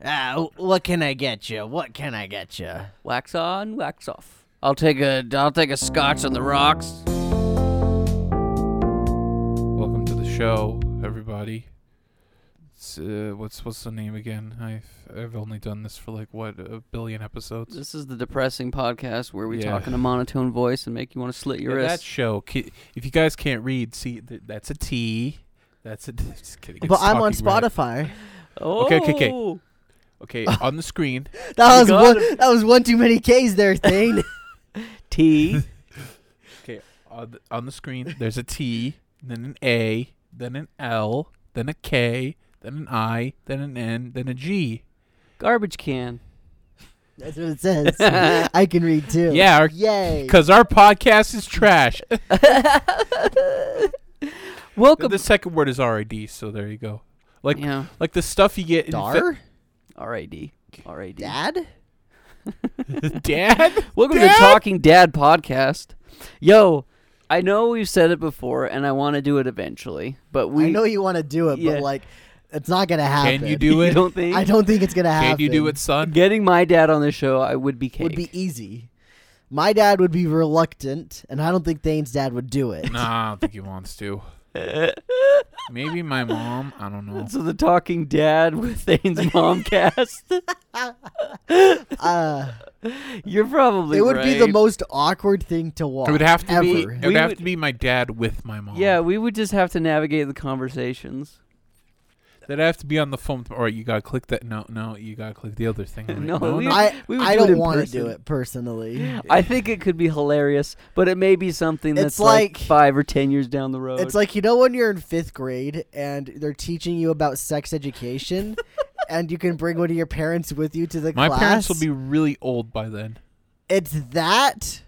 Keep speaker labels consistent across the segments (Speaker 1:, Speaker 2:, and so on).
Speaker 1: Uh, what can I get you? What can I get you?
Speaker 2: Wax on, wax off.
Speaker 1: I'll take a I'll take a scotch on the rocks.
Speaker 3: Welcome to the show, everybody. It's, uh, what's what's the name again? I've I've only done this for like what a billion episodes.
Speaker 2: This is the depressing podcast where we
Speaker 3: Yeah.
Speaker 2: talk in a monotone voice and make you want to slit your
Speaker 3: Yeah, that
Speaker 2: wrist.
Speaker 3: show. ki- If you guys can't read, see th- that's a T. That's a. Just kidding.
Speaker 1: But
Speaker 3: it's
Speaker 1: I'm on
Speaker 3: talking red.
Speaker 1: Spotify.
Speaker 2: oh.
Speaker 3: okay, okay, okay. Okay, on the screen.
Speaker 1: That was
Speaker 2: got
Speaker 1: one. That was one too many K's there, thing.
Speaker 2: T.
Speaker 3: Okay, on the, on the screen. There's a T, then an A, then an L, then a K, then an I, then an N, then a G.
Speaker 2: Garbage can.
Speaker 1: That's what it says. I can read too.
Speaker 3: Yeah, our-
Speaker 1: Yay.
Speaker 3: Cause our podcast is trash.
Speaker 2: Welcome.
Speaker 3: the second word is R I D. So there you go. Like
Speaker 2: yeah.
Speaker 3: like the stuff you get in fa-
Speaker 1: Dar?
Speaker 2: R A D. R A D.
Speaker 1: Dad?
Speaker 3: Dad?
Speaker 2: Welcome
Speaker 3: Dad?
Speaker 2: to Talking Dad podcast. Yo, I know we've said it before, and I want to do it eventually, but we
Speaker 1: I know you want to do it,
Speaker 2: Yeah.
Speaker 1: but like, it's not gonna happen.
Speaker 3: Can you do
Speaker 2: you
Speaker 3: it?
Speaker 2: don't think
Speaker 1: I don't think it's gonna happen.
Speaker 3: Can you do it, son?
Speaker 2: getting my dad on the show I would be cake.
Speaker 1: Would be easy. My dad would be reluctant, and I don't think Thane's dad would do it.
Speaker 3: nah, I don't think he wants to.
Speaker 1: e-
Speaker 3: Maybe my mom. I don't know.
Speaker 2: so the Talking Dad with Thane's Momcast.
Speaker 1: Uh,
Speaker 2: You're probably
Speaker 1: it would be the
Speaker 2: right.
Speaker 1: most awkward thing to watch.
Speaker 3: It would have to be.
Speaker 1: ever.
Speaker 3: It
Speaker 2: We
Speaker 3: would have
Speaker 2: would-
Speaker 3: to be my dad with my mom.
Speaker 2: Yeah, we would just have to navigate the conversations.
Speaker 3: That'd have to be on the phone. All right, you gotta click that. No, no, you gotta click the other thing. I'm
Speaker 2: No,
Speaker 3: like, no,
Speaker 2: we-
Speaker 3: no.
Speaker 1: I
Speaker 2: We would
Speaker 1: I
Speaker 2: do it
Speaker 1: don't
Speaker 2: in
Speaker 1: want to
Speaker 2: person.
Speaker 1: do it personally.
Speaker 2: I think it could be hilarious, but it may be something that's
Speaker 1: It's
Speaker 2: like,
Speaker 1: like-
Speaker 2: five or ten years down the road.
Speaker 1: It's like you know when you're in fifth grade and they're teaching you about sex education, and you can bring one of your parents with you to the
Speaker 3: my
Speaker 1: class.
Speaker 3: parents will be really old by then.
Speaker 1: It's that,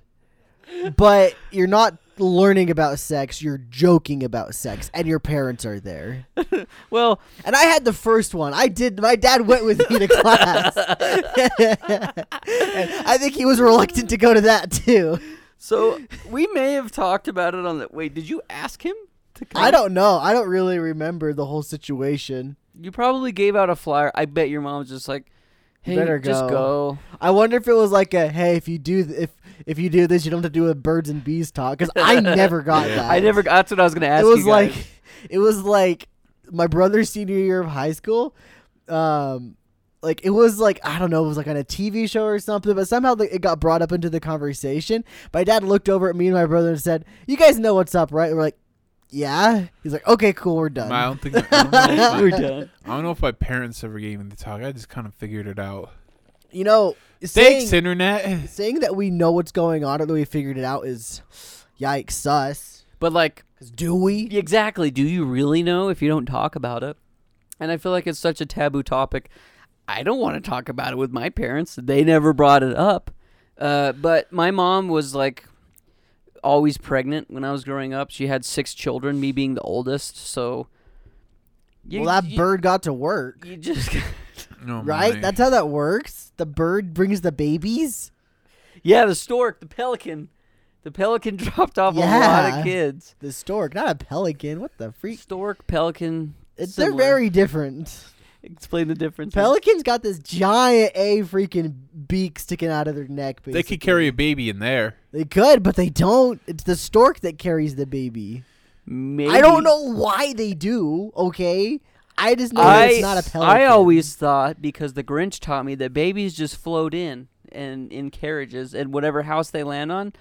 Speaker 1: but you're not learning about sex. You're joking about sex, and your parents are there.
Speaker 2: well,
Speaker 1: And I had the first one. I did. My dad went with me to class. I think he was reluctant to go to that too.
Speaker 2: so we may have talked about it on the. Wait, did you ask him to come?
Speaker 1: I don't know. I don't really remember the whole situation.
Speaker 2: You probably gave out a flyer. I bet your mom's just like, hey,
Speaker 1: better
Speaker 2: just go.
Speaker 1: go." I wonder if it was like a hey, if you do th- if if you do this, you don't have to do a birds and bees talk because I never got that.
Speaker 2: I never. That's what I was gonna ask.
Speaker 1: It was
Speaker 2: you guys.
Speaker 1: like it was like my brother's senior year of high school. Um, like it was like I don't know, it was like on a TV show or something, but somehow the, it got brought up into the conversation. My dad looked over at me and my brother and said, "You guys know what's up, right?" And we're like, "Yeah." He's like, "Okay, cool, we're done."
Speaker 3: I don't think. I don't, know if
Speaker 2: we're
Speaker 3: my,
Speaker 2: done.
Speaker 3: I don't know if my parents ever gave me the talk. I just kind of figured it out.
Speaker 1: You know,
Speaker 3: Thanks,
Speaker 1: saying,
Speaker 3: internet.
Speaker 1: saying that we know what's going on or that we figured it out is yikes sus.
Speaker 2: But like,
Speaker 1: 'Cause do we?
Speaker 2: exactly. Do you really know if you don't talk about it? And I feel like it's such a taboo topic. I don't want to talk about it with my parents. They never brought it up. Uh, but my mom was like always pregnant when I was growing up. She had six children, me being the oldest. So, you,
Speaker 1: well, that
Speaker 2: you-
Speaker 1: bird got to work.
Speaker 2: You just.
Speaker 3: No,
Speaker 1: Right?
Speaker 3: Oh, my.
Speaker 1: That's how that works. The bird brings the babies.
Speaker 2: Yeah, the stork, the pelican. The pelican dropped off a lot
Speaker 1: Yeah.
Speaker 2: of kids.
Speaker 1: The stork, not a pelican. What the freak?
Speaker 2: Stork, pelican.
Speaker 1: It's, they're
Speaker 2: similar.
Speaker 1: very different.
Speaker 2: Explain the difference.
Speaker 1: Pelicans got this giant A freaking beak sticking out of their neck. Basically.
Speaker 3: They could carry a baby in there.
Speaker 1: They could, but they don't. It's the stork that carries the baby.
Speaker 2: Maybe.
Speaker 1: I don't know why they do. Okay, I just know that
Speaker 2: I,
Speaker 1: it's not a pelican.
Speaker 2: I always thought because the Grinch taught me that babies just float in and in carriages and whatever house they land on,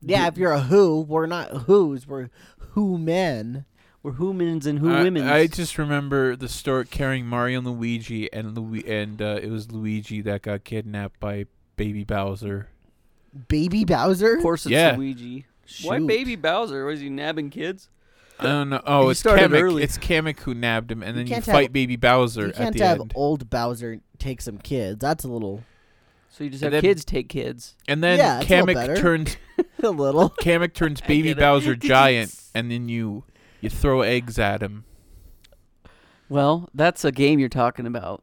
Speaker 1: yeah. If you're a who, we're not who's. We're who men.
Speaker 2: were humans and who
Speaker 3: I,
Speaker 2: women.
Speaker 3: I just remember the stork carrying Mario and Luigi, and Lu- and uh, it was Luigi that got kidnapped by Baby Bowser.
Speaker 1: Baby Bowser.
Speaker 2: of course, it's
Speaker 3: Yeah.
Speaker 2: Luigi. Why
Speaker 1: Shoot.
Speaker 2: baby Bowser? Was he nabbing kids?
Speaker 3: I don't know. Oh,
Speaker 2: He
Speaker 3: it's
Speaker 2: started
Speaker 3: Kamek.
Speaker 2: early.
Speaker 3: It's Kamek who nabbed him, and
Speaker 1: You
Speaker 3: then you,
Speaker 1: can't have-
Speaker 3: fight Baby Bowser
Speaker 1: You
Speaker 3: at
Speaker 1: can't
Speaker 3: the
Speaker 1: have
Speaker 3: end.
Speaker 1: old Bowser take some kids. That's a little,
Speaker 2: So you just
Speaker 3: And
Speaker 2: have
Speaker 3: then-
Speaker 2: kids take kids.
Speaker 3: And then
Speaker 1: Yeah, it's a little
Speaker 3: Kamek
Speaker 1: better.
Speaker 3: turns
Speaker 1: a little.
Speaker 3: Kamek turns Baby Bowser giant, and then you you throw eggs at him.
Speaker 2: Well, that's a game you're talking about.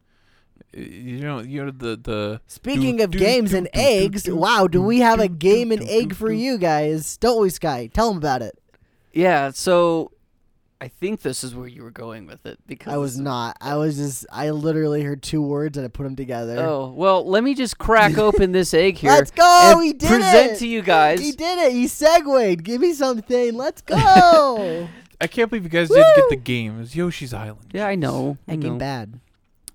Speaker 3: Uh, You know, you're the the
Speaker 1: Speaking
Speaker 3: Doo,
Speaker 1: of
Speaker 3: doo,
Speaker 1: games
Speaker 3: doo,
Speaker 1: and
Speaker 3: doo, doo,
Speaker 1: eggs,
Speaker 3: doo,
Speaker 1: wow, do
Speaker 3: doo,
Speaker 1: we have a
Speaker 3: doo,
Speaker 1: game
Speaker 3: doo,
Speaker 1: and
Speaker 3: doo,
Speaker 1: egg
Speaker 3: doo,
Speaker 1: for
Speaker 3: doo.
Speaker 1: you guys? Don't we, Sky? Tell them about it.
Speaker 2: Yeah, so I think this is where you were going with it because
Speaker 1: I was
Speaker 2: this-
Speaker 1: not. I was just. I literally heard two words and I put them together.
Speaker 2: Oh well, let me just crack open this egg here.
Speaker 1: Let's go.
Speaker 2: and
Speaker 1: He did
Speaker 2: present
Speaker 1: it.
Speaker 2: to you guys.
Speaker 1: He did it. He segued. Give me something. Let's go.
Speaker 3: I can't believe you guys didn't get
Speaker 1: Woo!
Speaker 3: the game. It was Yoshi's Island.
Speaker 2: Yeah, I know. I
Speaker 1: that
Speaker 2: know.
Speaker 1: game bad.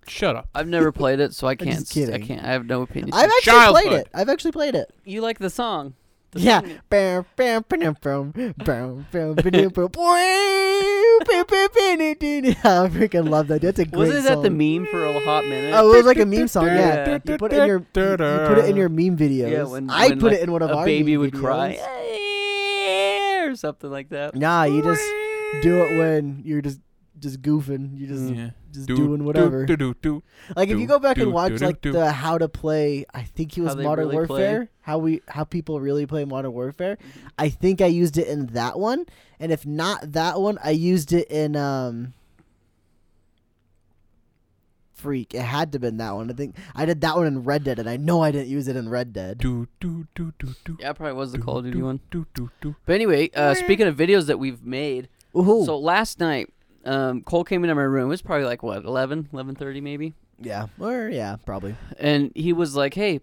Speaker 3: Shut up.
Speaker 2: I've never played it, so I can't.
Speaker 1: just
Speaker 2: s- I
Speaker 1: kidding.
Speaker 2: can't. I have no opinion.
Speaker 1: I've actually played
Speaker 3: childhood.
Speaker 1: it. I've actually played it.
Speaker 2: you like the song? The
Speaker 1: yeah.
Speaker 2: song-
Speaker 1: Bam, bam, ba-dum, bam, bam, bam, ba-dum, bam. Boing, bam, bam, ba-dum, dum. I freaking love that. That's a great
Speaker 2: Wasn't that
Speaker 1: song.
Speaker 2: the meme for a hot minute?
Speaker 1: Oh, it was like a meme song. Yeah,
Speaker 2: Yeah.
Speaker 1: you put it in your you put it in your meme videos.
Speaker 2: yeah, when
Speaker 1: I
Speaker 2: when,
Speaker 1: put
Speaker 2: like,
Speaker 1: it in one of
Speaker 2: a
Speaker 1: our
Speaker 2: baby
Speaker 1: meme
Speaker 2: would
Speaker 1: videos.
Speaker 2: cry or something like that.
Speaker 1: Nah, you just do it when you're just just goofing. You're just
Speaker 3: Yeah.
Speaker 1: just
Speaker 3: Do-
Speaker 1: doing whatever.
Speaker 3: Do, do, do, do.
Speaker 1: like if
Speaker 3: do,
Speaker 1: you go back
Speaker 3: do,
Speaker 1: and watch
Speaker 3: do, do,
Speaker 1: like
Speaker 3: do.
Speaker 1: the how to play, I think it was
Speaker 2: they
Speaker 1: Modern
Speaker 2: really play.
Speaker 1: Warfare. How we how people really play Modern Warfare. I think I used it in that one, and if not that one, I used it in um. Freak! It had to been that one. I think I did that one in Red Dead, and I know I didn't use it in Red Dead.
Speaker 3: Do, do, do, do, do.
Speaker 2: Yeah, probably was the
Speaker 3: do,
Speaker 2: Call of Duty
Speaker 3: do,
Speaker 2: one.
Speaker 3: Do, do, do.
Speaker 2: But anyway, uh, speaking of videos that we've made,
Speaker 1: Ooh,
Speaker 2: so last night, um, Cole came into my room. It was probably like what 11, 11.30 maybe,
Speaker 1: yeah, or yeah, probably.
Speaker 2: and he was like, "Hey,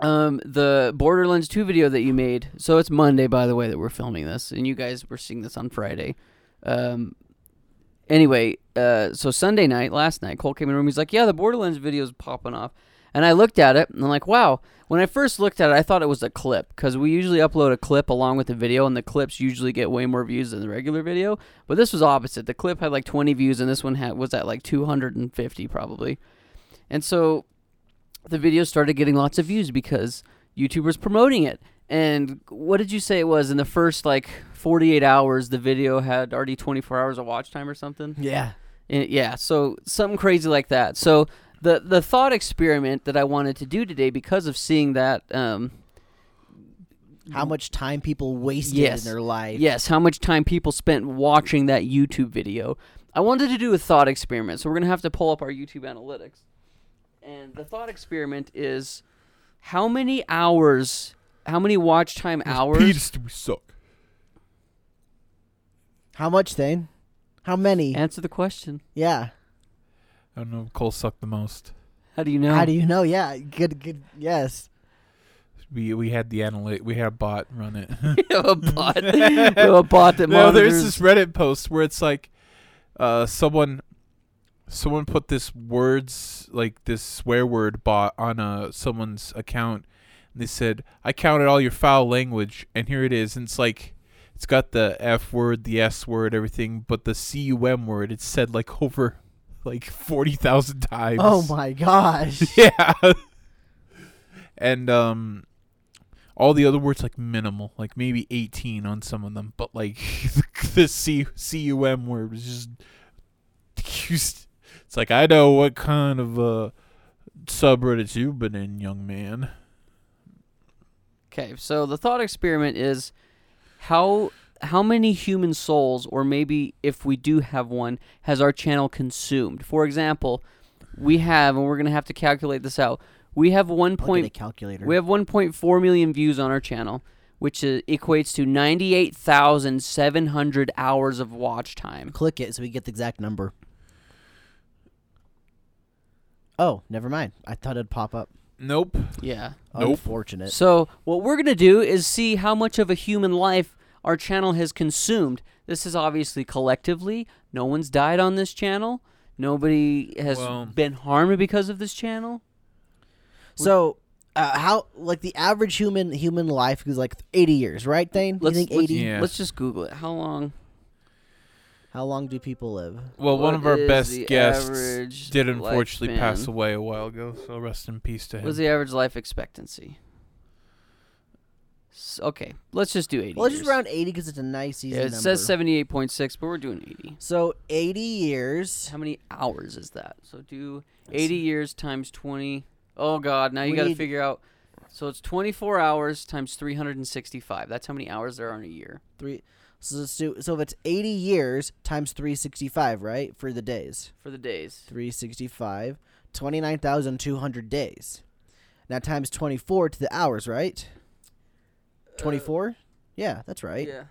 Speaker 2: um, the Borderlands two video that you made. So it's Monday, by the way, that we're filming this, and you guys were seeing this on Friday. Um, anyway, uh, so Sunday night, last night, Cole came in the room. He's like, "Yeah, the Borderlands video's popping off." And I looked at it, and I'm like, "Wow!" When I first looked at it, I thought it was a clip because we usually upload a clip along with the video, and the clips usually get way more views than the regular video. But this was opposite. The clip had like 20 views, and this one had was at like 250 probably. And so the video started getting lots of views because YouTubers promoting it. And what did you say it was in the first like 48 hours? The video had already 24 hours of watch time or something.
Speaker 1: Yeah,
Speaker 2: Uh, yeah, so something crazy like that. So the the thought experiment that I wanted to do today because of seeing that um,
Speaker 1: how much time people wasted
Speaker 2: Yes.
Speaker 1: in their life.
Speaker 2: Yes, how much time people spent watching that YouTube video. I wanted to do a thought experiment, so we're going to have to pull up our YouTube analytics. And the thought experiment is how many hours, how many watch time hours
Speaker 3: Penis do we suck.
Speaker 1: How much, Thane? How many?
Speaker 2: Answer the question.
Speaker 1: yeah.
Speaker 3: I don't know. if Cole sucked the most.
Speaker 2: How do you know?
Speaker 1: How do you know? Yeah. Good. Good. Yes.
Speaker 3: We we had the analytic. We had a bot run it.
Speaker 2: you have a bot? you have a bot that
Speaker 3: no,
Speaker 2: monitors.
Speaker 3: there's this Reddit post where it's like, uh, someone, someone put this words like this swear word bot on uh someone's account, and they said, "I counted all your foul language, and here it is." And it's like, it's got the F word, the S word, everything, but the C U M word, it's said like over, like forty thousand times.
Speaker 1: Oh my gosh.
Speaker 3: Yeah. and um all the other words like minimal, like maybe 18 on some of them, but like the C C U M word was just used. It's like I know what kind of uh subreddits you've been in, young man.
Speaker 2: Okay, so the thought experiment is how how many human souls, or maybe if we do have one, has our channel consumed? For example, we have, and we're gonna have to calculate this out. We have one
Speaker 1: Look at the
Speaker 2: point
Speaker 1: calculator.
Speaker 2: we have one point four million views on our channel, which uh equates to ninety eight thousand seven hundred hours of watch time.
Speaker 1: Click it so we get the exact number. Oh, never mind. I thought it'd pop up.
Speaker 3: Nope.
Speaker 2: Yeah.
Speaker 3: Nope.
Speaker 1: Unfortunate.
Speaker 2: So what we're gonna do is see how much of a human life our channel has consumed. This is obviously collectively. No one's died on this channel. Nobody has
Speaker 3: Well-
Speaker 2: been harmed because of this channel.
Speaker 1: So, uh, how like the average human human life is like 80 years, right, Thane? You
Speaker 2: Let's-
Speaker 1: think
Speaker 2: let's-
Speaker 1: 80?
Speaker 3: Yeah.
Speaker 2: Let's just Google it. How long?
Speaker 1: How long do people live?
Speaker 3: Well, one
Speaker 2: What
Speaker 3: of our
Speaker 2: is
Speaker 3: best
Speaker 2: the
Speaker 3: guests
Speaker 2: average
Speaker 3: did unfortunately pass
Speaker 2: lifespan?
Speaker 3: away a while ago, so rest in peace to him.
Speaker 2: What's the average life expectancy? S- okay, let's just do 80.
Speaker 1: Well, it's just
Speaker 2: years.
Speaker 1: around 80 because it's a nice
Speaker 2: Yeah,
Speaker 1: season.
Speaker 2: it
Speaker 1: number.
Speaker 2: says 78.6, but we're doing 80.
Speaker 1: So 80 years.
Speaker 2: How many hours is that? So do 80 years times 20. Oh God, now you
Speaker 1: We
Speaker 2: got to
Speaker 1: need-
Speaker 2: figure out. So it's 24 hours times 365. That's how many hours there are in a year.
Speaker 1: three. So let's do. So if it's eighty years times three sixty five, right, for the days,
Speaker 2: For the days.
Speaker 1: three sixty five, twenty nine thousand two hundred days. Now times twenty four to the
Speaker 2: Uh,
Speaker 1: hours, right? Twenty four. yeah, that's right.
Speaker 2: Yeah.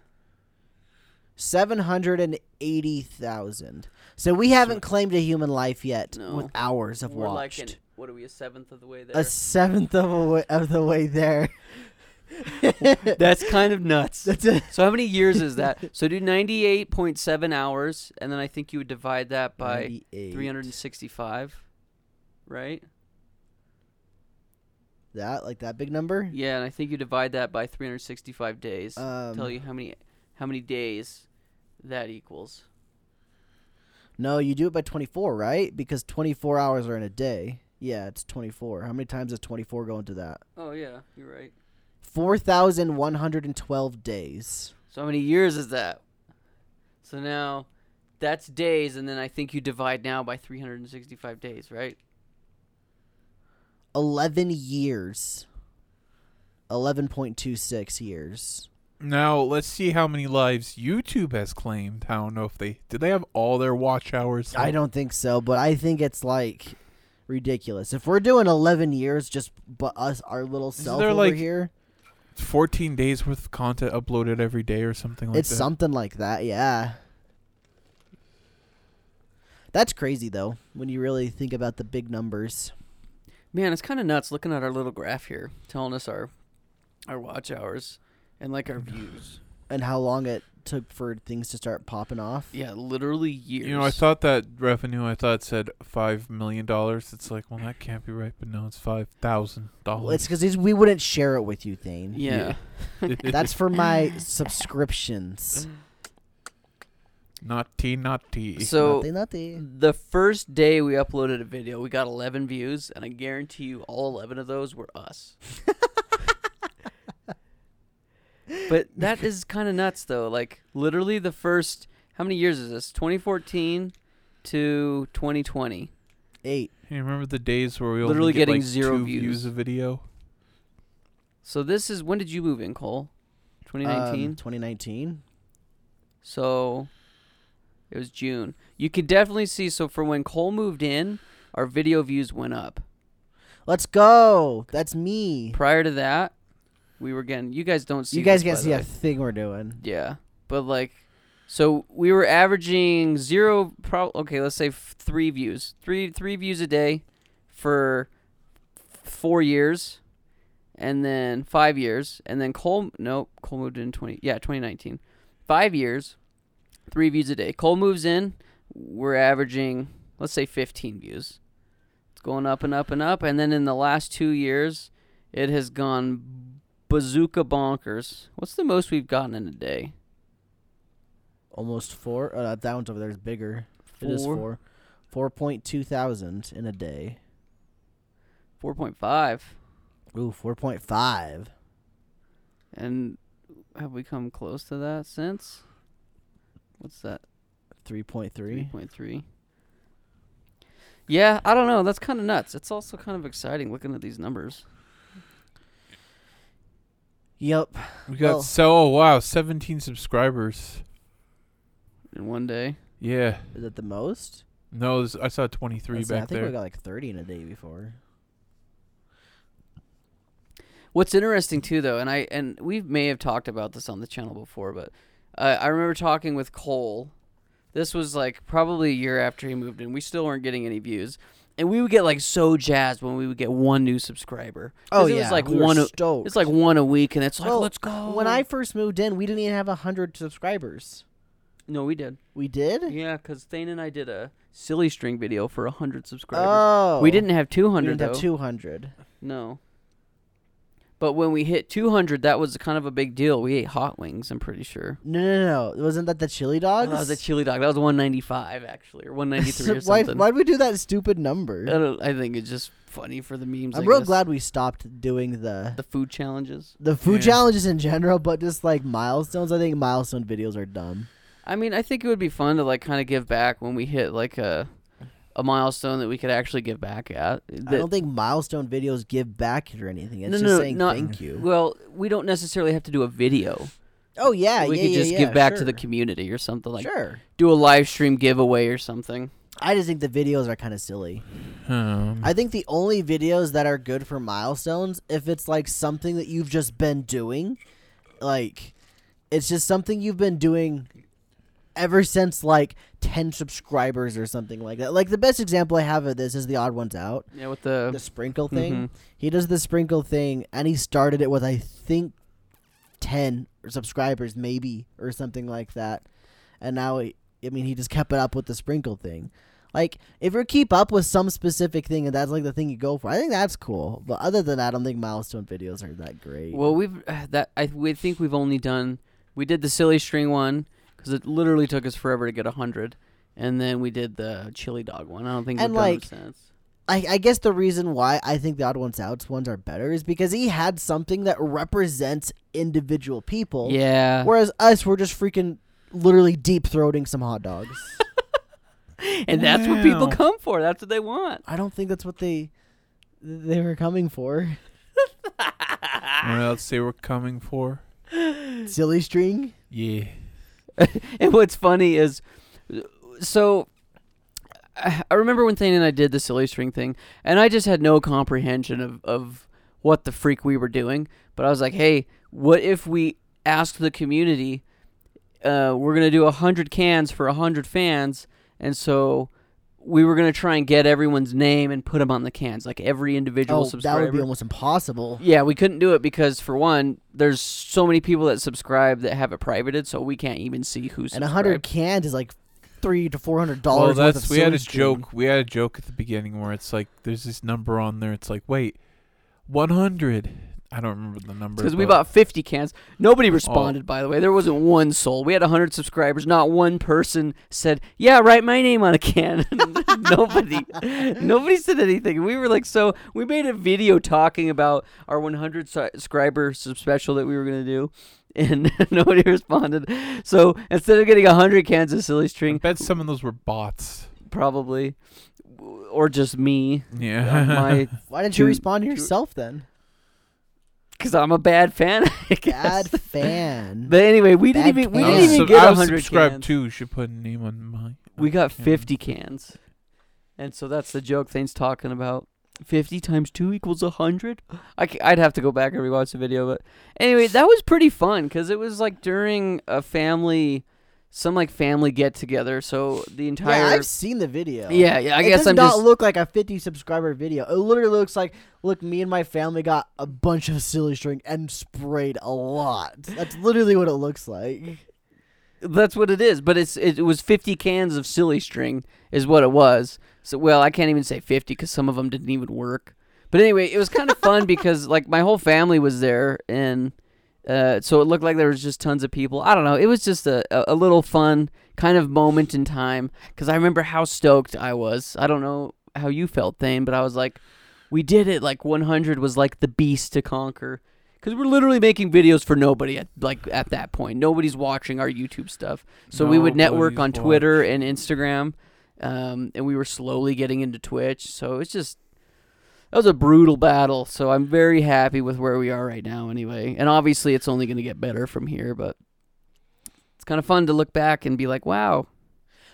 Speaker 1: 780,000. So we haven't claimed a human life yet
Speaker 2: No.
Speaker 1: with hours of
Speaker 2: We're like
Speaker 1: watched.
Speaker 2: an, er. what are we a seventh of the way there?
Speaker 1: a seventh of, a way, of the way there.
Speaker 2: That's kind of nuts.
Speaker 1: That's it.
Speaker 2: So how many years is that? So do 98.7 hours and then I think you would divide that by
Speaker 1: 98.
Speaker 2: 365, right?
Speaker 1: That like that big number?
Speaker 2: Yeah, and I think you divide that by 365 days.
Speaker 1: Um,
Speaker 2: tell you how many how many days that equals.
Speaker 1: No, you do it by 24, right? Because 24 hours are in a day. Yeah, it's 24. How many times does 24 go into that?
Speaker 2: Oh yeah, you're right.
Speaker 1: 4,112 days.
Speaker 2: So how many years is that? So now that's days and then I think you divide now by 365 days, right?
Speaker 1: 11 years. 11.26 years.
Speaker 3: Now let's see how many lives YouTube has claimed. I don't know if they did. They have all their watch hours.
Speaker 1: I don't think so, but I think it's like ridiculous. If we're doing 11 years just but us our little self
Speaker 3: there,
Speaker 1: over
Speaker 3: like,
Speaker 1: here,
Speaker 3: Fourteen days worth of content uploaded every day or something like
Speaker 1: it's
Speaker 3: that.
Speaker 1: something like that. Yeah. That's crazy though when you really think about the big numbers.
Speaker 2: Man, it's kind of nuts looking at our little graph here telling us our our watch hours and like our views.
Speaker 1: and how long it took for things to start popping off.
Speaker 2: Yeah, literally years.
Speaker 3: You know, I thought that revenue. I thought said five million dollars. It's like, well, that can't be right. But no, it's five thousand
Speaker 1: Well, it's
Speaker 3: dollars.
Speaker 1: because we wouldn't share it with you, Thane.
Speaker 2: Yeah.
Speaker 1: That's for my subscriptions.
Speaker 3: not tea, not tea.
Speaker 2: So
Speaker 1: nothing, nothing.
Speaker 2: the first day we uploaded a video, we got 11 views, and I guarantee you all 11 of those were us. but that is kind of nuts, though. Like, literally, the first how many years is this? 2014 to 2020.
Speaker 1: Eight. um,
Speaker 3: you remember the days where we only
Speaker 2: Literally
Speaker 3: get,
Speaker 2: getting
Speaker 3: like,
Speaker 2: zero
Speaker 3: two
Speaker 2: views.
Speaker 3: views a video?
Speaker 2: So, this is when did you move in, Cole?
Speaker 1: um,
Speaker 2: 2019?
Speaker 1: 2019.
Speaker 2: So it was June. You could definitely see. So for when Cole moved in, our video views went up.
Speaker 1: Let's go. That's me.
Speaker 2: Prior to that, we were getting. You guys don't see.
Speaker 1: you guys
Speaker 2: this,
Speaker 1: can
Speaker 2: by
Speaker 1: see
Speaker 2: the
Speaker 1: a
Speaker 2: way.
Speaker 1: thing we're doing.
Speaker 2: Yeah, but like, so we were averaging zero. Pro- okay, let's say f- three views, three three views a day, for f- four years, and then five years, and then Cole. Nope, Cole moved in twenty. Yeah, twenty nineteen. Five years, three views a day. Cole moves in. We're averaging, let's say, fifteen views. It's going up and up and up, and then in the last two years, it has gone bazooka bonkers. What's the most we've gotten in a day?
Speaker 1: Almost four. Uh, that one's over there is bigger. It is four. 4.2 thousand in a day.
Speaker 2: Four point five.
Speaker 1: Ooh, 4.5.
Speaker 2: And have we come close to that since? What's that?
Speaker 1: 3.3.
Speaker 2: 3.3. Yeah, I don't know. That's kind of nuts. It's also kind of exciting looking at these numbers.
Speaker 1: Yep.
Speaker 3: We got
Speaker 1: Well-
Speaker 3: so oh, wow, seventeen subscribers.
Speaker 2: In one day,
Speaker 3: Yeah,
Speaker 1: Is that the most?
Speaker 3: no, this- I saw twenty three
Speaker 1: Let's see, I
Speaker 3: back
Speaker 1: think we
Speaker 3: there.
Speaker 1: got like 30 in a day before.
Speaker 2: what's interesting too, though, and I and we may have talked about this on the channel before, but uh, I remember talking with Cole. This was like probably a year after he moved in. We still weren't getting any views, and we would get like so jazzed when we would get one new subscriber. 'Cause
Speaker 1: Oh
Speaker 2: it
Speaker 1: yeah,
Speaker 2: was like
Speaker 1: we were
Speaker 2: one. A,
Speaker 1: stoked.
Speaker 2: it's like oh. one a week, and it's like
Speaker 1: Well,
Speaker 2: let's go.
Speaker 1: when I first moved in, we didn't even have hundred subscribers.
Speaker 2: no, we did.
Speaker 1: We did.
Speaker 2: Yeah, because Thane and I did a silly string video for hundred subscribers.
Speaker 1: Oh,
Speaker 2: We didn't have two
Speaker 1: We
Speaker 2: hundred
Speaker 1: didn't
Speaker 2: though.
Speaker 1: have two hundred.
Speaker 2: No. But when we hit two hundred, that was kind of a big deal. We ate hot wings. I'm pretty sure.
Speaker 1: No, no, no. Wasn't that the chili
Speaker 2: Oh,
Speaker 1: dogs?
Speaker 2: that was a chili dog. That was one ninety five actually, or one ninety three or
Speaker 1: why,
Speaker 2: something.
Speaker 1: why'd we do that stupid
Speaker 2: I,
Speaker 1: number?
Speaker 2: don't, I think it's just funny for the memes.
Speaker 1: I'm
Speaker 2: I
Speaker 1: real
Speaker 2: guess.
Speaker 1: glad we stopped doing the
Speaker 2: the food challenges.
Speaker 1: the food
Speaker 3: Yeah.
Speaker 1: challenges in general, but just like milestones. I think milestone videos are dumb.
Speaker 2: I mean, I think it would be fun to like kind of give back when we hit like a a milestone that we could actually give back at.
Speaker 1: I
Speaker 2: That-
Speaker 1: don't think milestone videos give back or anything. It's
Speaker 2: No,
Speaker 1: just
Speaker 2: no,
Speaker 1: saying
Speaker 2: not-
Speaker 1: thank you.
Speaker 2: Well, we don't necessarily have to do a video.
Speaker 1: Oh yeah,
Speaker 2: we
Speaker 1: yeah,
Speaker 2: could
Speaker 1: yeah,
Speaker 2: just
Speaker 1: yeah,
Speaker 2: give back to the
Speaker 1: sure.
Speaker 2: community or something like
Speaker 1: sure.
Speaker 2: do a live stream giveaway or something.
Speaker 1: I just think the videos are kind of silly.
Speaker 3: Um,
Speaker 1: I think the only videos that are good for milestones, if it's like something that you've just been doing, like it's just something you've been doing ever since like 10 subscribers or something like that. Like the best example I have of this is the odd ones out.
Speaker 2: Yeah, with the,
Speaker 1: The sprinkle thing.
Speaker 2: Mm-hmm.
Speaker 1: He does the sprinkle thing and he started it with I think 10 subscribers maybe or something like that. And now he, I mean he just kept it up with the sprinkle thing. Like if you keep up with some specific thing and that's like the thing you go for, I think that's cool. But other than that, I don't think milestone videos are that great.
Speaker 2: Well, we've uh, that I we think we've only done we did the silly string one because it literally took us forever to get a hundred, and then we did the chili dog one. I don't think
Speaker 1: And,
Speaker 2: we've
Speaker 1: like,
Speaker 2: done them since.
Speaker 1: I, I guess the reason why I think the odd ones out ones are better is because he had something that represents individual people.
Speaker 2: Yeah,
Speaker 1: Whereas us, we're just freaking literally deep throating some hot dogs.
Speaker 2: and that's what people
Speaker 3: Wow.
Speaker 2: come for. That's what they want.
Speaker 1: I don't think that's what they they were coming for.
Speaker 3: What else they were coming for?
Speaker 1: Silly string.
Speaker 3: Yeah.
Speaker 2: and what's funny is, so I I remember when Thane and I did the silly string thing, and I just had no comprehension of, of what the freak we were doing. But I was like, hey, what if we ask the community? Uh, we're gonna do a hundred cans for a hundred fans, and so we were gonna try and get everyone's name and put them on the cans, like every individual
Speaker 1: Oh, that
Speaker 2: subscriber.
Speaker 1: would be almost impossible.
Speaker 2: Yeah, we couldn't do it because for one, there's so many people that subscribe that have it privated, so we can't even see who's
Speaker 1: And a hundred cans is like three to four hundred
Speaker 3: Well,
Speaker 1: dollars. worth
Speaker 3: that's
Speaker 1: of
Speaker 3: we had
Speaker 1: Silly
Speaker 3: a
Speaker 1: String.
Speaker 3: joke. We had a joke at the beginning where it's like there's this number on there. It's like wait, one hundred. I don't remember the number.
Speaker 2: because we
Speaker 3: but-
Speaker 2: bought 50 cans.
Speaker 3: Oh.
Speaker 2: Nobody responded, by the way. There wasn't one soul. We had 100 subscribers. Not one person said, "Yeah, write my name on a can." nobody, nobody said anything. We were like, so we made a video talking about our 100 subscriber sub special that we were gonna do, and nobody responded. So instead of getting 100 cans of silly
Speaker 3: I
Speaker 2: string,
Speaker 3: bet some of those were bots.
Speaker 2: probably, w- or just me. uh,
Speaker 3: Yeah.
Speaker 2: my
Speaker 1: Why didn't you
Speaker 2: Two-
Speaker 1: respond to
Speaker 2: two-
Speaker 1: yourself then?
Speaker 2: because I'm a bad fan. I guess.
Speaker 1: Bad fan.
Speaker 2: But anyway, we didn't
Speaker 1: Bad
Speaker 2: even we
Speaker 1: fan.
Speaker 3: I
Speaker 2: didn't
Speaker 3: was
Speaker 2: even
Speaker 3: sub-
Speaker 2: get
Speaker 3: I
Speaker 2: a
Speaker 3: was
Speaker 2: hundred
Speaker 3: subscribed
Speaker 2: cans.
Speaker 3: too. You should put a name on mine.
Speaker 2: We got
Speaker 3: Yeah.
Speaker 2: fifty cans, and so that's the joke Thane's talking about. Fifty times two equals a hundred. I c- I'd have to go back and rewatch the video, but anyway, that was pretty fun because it was like during a family, some like family get together. So the
Speaker 1: yeah,
Speaker 2: entire
Speaker 1: I've seen the video.
Speaker 2: yeah, yeah, I
Speaker 1: it
Speaker 2: guess
Speaker 1: does
Speaker 2: I'm
Speaker 1: not
Speaker 2: just
Speaker 1: look like a 50 subscriber video. It literally looks like, look, me and my family got a bunch of silly string and sprayed a lot. That's literally what it looks like.
Speaker 2: That's what it is, but it's it, was 50 cans of silly string is what it was. So well, I can't even say 50 cuz some of them didn't even work. But anyway, it was kind of fun because like my whole family was there and uh, so it looked like there was just tons of people. I don't know. It was just a, a, a little fun kind of moment in time because I remember how stoked I was. I don't know how you felt, Thane, but I was like, we did it. Like 100 was like the beast to conquer because we're literally making videos for nobody at like at that point. Nobody's watching our YouTube stuff, so we would network on
Speaker 3: Nobody's
Speaker 2: Twitter and Instagram, um, and we were slowly getting into Twitch. So it's just that was a brutal battle. So I'm very happy with where we are right now, anyway. And obviously, it's only going to get better from here, but. It's kind of fun to look back and be like, "Wow,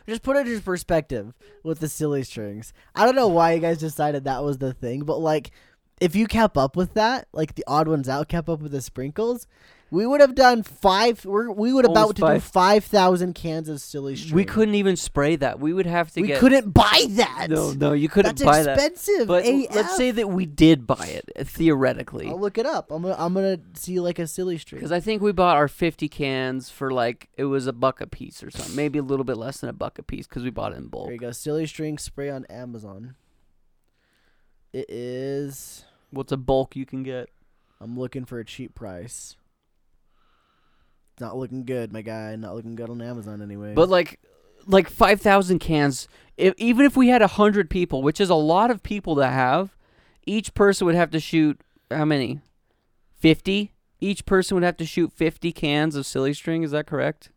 Speaker 1: Just put it into perspective with the silly strings. I don't know why you guys decided that was the thing, but like, if you kept up with that, like the odd ones out kept up with the sprinkles, we would have done five. We're, we would
Speaker 2: Almost
Speaker 1: about to do
Speaker 2: five.
Speaker 1: five thousand cans of silly string.
Speaker 2: we couldn't even spray that. We would have to
Speaker 1: We
Speaker 2: get
Speaker 1: couldn't buy that.
Speaker 2: no, no, you couldn't
Speaker 1: That's
Speaker 2: buy that.
Speaker 1: expensive.
Speaker 2: But l-
Speaker 1: AF.
Speaker 2: let's say that we did buy it uh, theoretically.
Speaker 1: I'll look it up. I'm gonna I'm gonna see like a silly streak.
Speaker 2: Because I think we bought our 50 cans for like it was a buck a piece or something, maybe a little bit less than a buck a piece because we bought it in bulk.
Speaker 1: There you go. Silly string spray on Amazon. It is.
Speaker 2: What's a bulk you can get?
Speaker 1: I'm looking for a cheap price. It's Not looking good, my guy. Not looking good on Amazon anyway.
Speaker 2: But like, like 5,000 cans. If, even if we had 100 people, which is a lot of people to have, each person would have to shoot how many? 50. Each person would have to shoot 50 cans of silly string. Is that correct?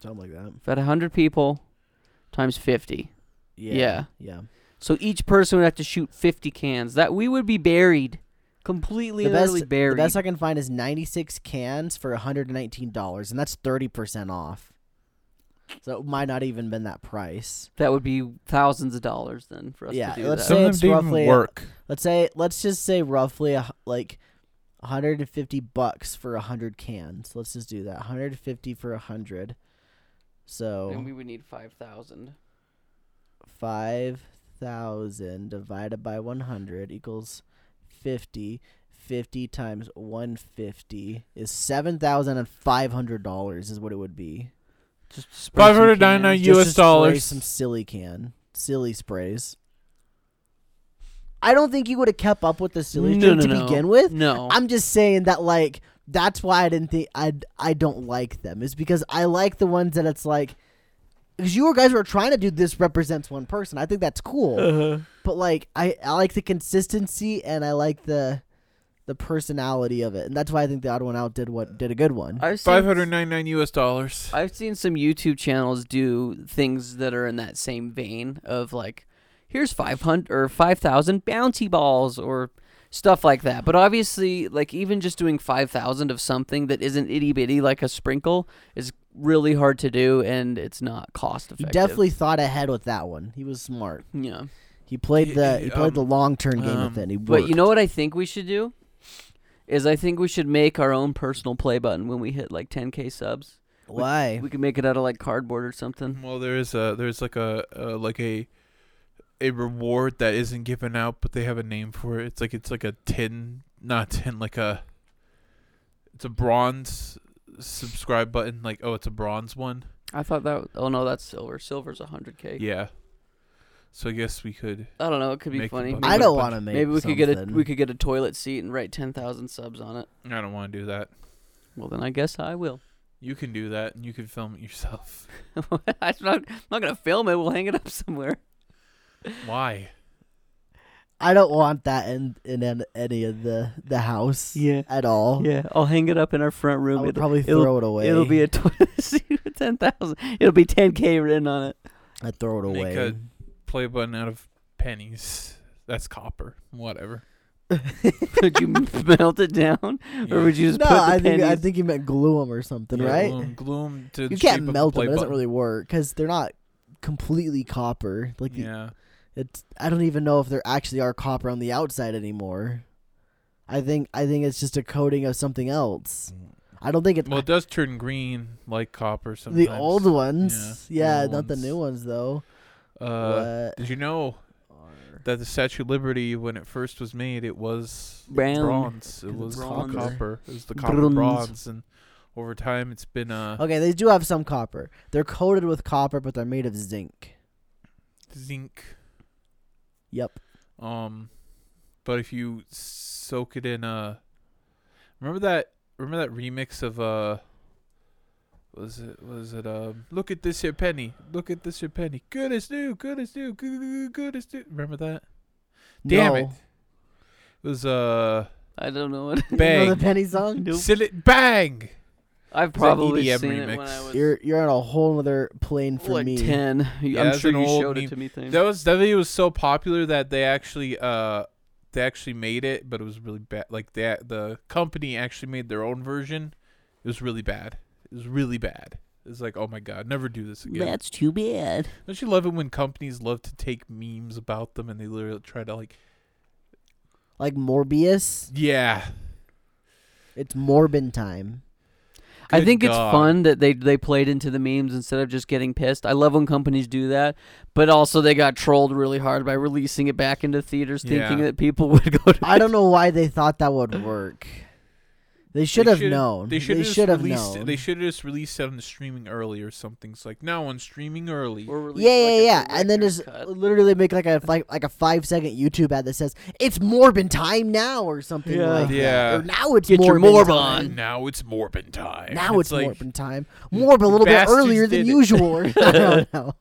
Speaker 1: something like that.
Speaker 2: If had 100 people, times 50.
Speaker 1: Yeah.
Speaker 2: Yeah.
Speaker 1: yeah.
Speaker 2: So each person would have to shoot 50 cans. That we would be buried, completely
Speaker 1: The
Speaker 2: and utterly
Speaker 1: best, the
Speaker 2: buried.
Speaker 1: best I can find is 96 cans for 119 dollars, and that's 30 percent off. So it might not even been that price.
Speaker 2: that would be thousands of dollars then for us
Speaker 1: Yeah,
Speaker 2: to do
Speaker 1: let's
Speaker 2: that.
Speaker 1: say
Speaker 3: Some
Speaker 1: it's
Speaker 3: of them didn't
Speaker 1: roughly
Speaker 3: even
Speaker 1: a-
Speaker 3: work.
Speaker 1: Let's say let's just say roughly a, hu- like 150 bucks for 100 cans. Let's just do that. 150 for 100. So
Speaker 2: and we would need five thousand.
Speaker 1: five thousand divided by one hundred equals fifty. Fifty times one fifty is seven thousand and five hundred dollars is what it would be.
Speaker 2: Just spray some
Speaker 3: Five hundred ninety nine
Speaker 1: Just
Speaker 2: cans.
Speaker 1: to
Speaker 3: U.S.
Speaker 1: spray
Speaker 3: dollars.
Speaker 1: Some silly can, silly sprays. I don't think you would have kept up with the silly
Speaker 2: No,
Speaker 1: shit
Speaker 2: no,
Speaker 1: to
Speaker 2: no.
Speaker 1: begin with.
Speaker 2: No,
Speaker 1: I'm just saying that like that's why I didn't think I I don't like them is because I like the ones that it's like because you guys were trying to do this represents one person. I think that's cool,
Speaker 2: Uh-huh.
Speaker 1: but like I I like the consistency and I like the the personality of it, and that's why I think the odd one out did what did a good one.
Speaker 2: I've seen-
Speaker 3: Five hundred ninety nine U.S. dollars.
Speaker 2: I've seen some YouTube channels do things that are in that same vein of like, here's five hundred or five thousand bounty balls or stuff like that. But obviously, like even just doing five thousand of something that isn't itty bitty like a sprinkle is really hard to do, and it's not cost
Speaker 1: He
Speaker 2: effective.
Speaker 1: definitely thought ahead with that one. He was smart.
Speaker 2: yeah.
Speaker 1: He played the he
Speaker 3: Yeah,
Speaker 1: played the
Speaker 3: um,
Speaker 1: long term game
Speaker 3: um,
Speaker 1: with it. And he
Speaker 2: But you
Speaker 1: worked.
Speaker 2: know what I think we should do is I think we should make our own personal play button when we hit like 10k subs.
Speaker 1: why?
Speaker 2: We can make it out of like cardboard or something.
Speaker 3: Well, there is a there's like a uh, like a a reward that isn't given out, but they have a name for it. It's like it's like a tin, not tin, like a it's a bronze subscribe button. Like oh, it's a bronze one.
Speaker 2: I thought that. Was, oh no, that's silver. Silver's 100k.
Speaker 3: Yeah. So I guess we could.
Speaker 2: I don't know. It could be
Speaker 3: Make a
Speaker 2: funny.
Speaker 3: button.
Speaker 2: Maybe-
Speaker 1: I don't
Speaker 3: but
Speaker 1: want to make.
Speaker 2: Maybe we could get a
Speaker 1: something.
Speaker 2: we could get a toilet seat and write ten thousand subs on it.
Speaker 3: I don't want to do that.
Speaker 2: Well, then I guess I will.
Speaker 3: You can do that, and you can film it yourself.
Speaker 2: I'm not, I'm not gonna film it. We'll hang it up somewhere.
Speaker 3: Why?
Speaker 1: I don't want that in in, an any of the the house
Speaker 2: Yeah.
Speaker 1: at all.
Speaker 2: Yeah, I'll hang it up in our front
Speaker 1: I
Speaker 2: room.
Speaker 1: would
Speaker 2: It'll,
Speaker 1: Oh, probably
Speaker 2: it'll-
Speaker 1: throw it away.
Speaker 2: it'll be a toilet seat with ten thousand. It'll be ten k written on it.
Speaker 1: I'd throw it
Speaker 3: Make
Speaker 1: away.
Speaker 3: a- Play button out of pennies. That's copper. Whatever.
Speaker 2: Would you melt it down, or would you just
Speaker 1: no,
Speaker 2: put the
Speaker 1: I think I
Speaker 2: pennies-
Speaker 1: think you meant glue them or something,
Speaker 3: Yeah,
Speaker 1: right?
Speaker 3: Gloom, gloom to
Speaker 1: You
Speaker 3: the
Speaker 1: can't
Speaker 3: shape of a
Speaker 1: melt them;
Speaker 3: play
Speaker 1: it doesn't
Speaker 3: button.
Speaker 1: really work because they're not completely copper. Like the-
Speaker 3: Yeah.
Speaker 1: it's, I don't even know if there actually are copper on the outside anymore. I think I think it's just a coating of something else. I don't think it's
Speaker 3: Well, it does turn green like copper sometimes.
Speaker 1: the old ones. Yeah,
Speaker 3: Yeah, old
Speaker 1: not the
Speaker 3: ones.
Speaker 1: new ones though.
Speaker 3: Uh,
Speaker 1: What
Speaker 3: did you know
Speaker 1: are-
Speaker 3: that the Statue of Liberty, when it first was made, it was
Speaker 2: Brown.
Speaker 3: bronze. It
Speaker 1: It's
Speaker 3: was
Speaker 2: bronze.
Speaker 3: copper. It was the copper
Speaker 2: Bronze.
Speaker 3: bronze, and over time it's been uh
Speaker 1: Okay, they do have some copper. They're coated with copper, but they're made of zinc.
Speaker 3: zinc.
Speaker 1: Yep.
Speaker 3: Um, but if you soak it in uh, remember that remember that remix of uh. Was it was it um? Look at this here penny. Look at this here penny. Good as new. Good as new. Good, good, good as new. Remember that? Damn it.
Speaker 1: No.
Speaker 3: It was uh
Speaker 2: I don't know what.
Speaker 1: You know
Speaker 3: bang.
Speaker 1: the penny song?
Speaker 3: Silly bang.
Speaker 2: I've
Speaker 3: an
Speaker 2: probably
Speaker 3: EDM
Speaker 2: seen it when
Speaker 3: remix.
Speaker 2: I was
Speaker 1: You're you're on a whole other plane for
Speaker 2: like
Speaker 1: me.
Speaker 2: ten.
Speaker 3: Yeah,
Speaker 2: I'm
Speaker 3: that's
Speaker 2: sure
Speaker 3: an
Speaker 2: you
Speaker 3: old
Speaker 2: showed it
Speaker 3: meme.
Speaker 2: to me. Thing.
Speaker 3: That was that video was so popular that they actually uh they actually made it, but it was really bad. Like that the company actually made their own version. It was really bad. It was really bad. It was like, oh my god, never do this again.
Speaker 2: That's too bad.
Speaker 3: Don't you love it when companies love to take memes about them and they literally try to like,
Speaker 1: Like Morbius.
Speaker 3: yeah,
Speaker 1: It's Morbin time.
Speaker 2: I
Speaker 3: Good
Speaker 2: think it's
Speaker 3: God.
Speaker 2: fun that they they played into the memes instead of just getting pissed. I love when companies do that, but also they got trolled really hard by releasing it back into theaters, thinking
Speaker 3: Yeah.
Speaker 2: that people would go to.
Speaker 1: I don't know why they thought that would work. They should
Speaker 3: They
Speaker 1: have
Speaker 3: should-
Speaker 1: known.
Speaker 3: they should have just
Speaker 1: have
Speaker 3: released
Speaker 1: known.
Speaker 3: It. They should have just released it on the streaming early or something. It's like now on streaming early.
Speaker 2: Or release,
Speaker 1: yeah, yeah,
Speaker 2: like, a
Speaker 1: yeah, and then
Speaker 2: director's
Speaker 1: just
Speaker 2: cut.
Speaker 1: literally make like a like, like a five second YouTube ad that says "It's Morbin time now" or something
Speaker 2: Yeah.
Speaker 1: like that.
Speaker 3: Yeah.
Speaker 1: Or now it's
Speaker 2: Get your
Speaker 1: Morbin
Speaker 2: Morb
Speaker 1: time.
Speaker 2: on.
Speaker 3: now it's Morbin time.
Speaker 1: Now it's,
Speaker 3: like,
Speaker 1: Morbin time. Morb a little bit
Speaker 3: bastards
Speaker 1: earlier than
Speaker 3: did it.
Speaker 1: usual. I don't know.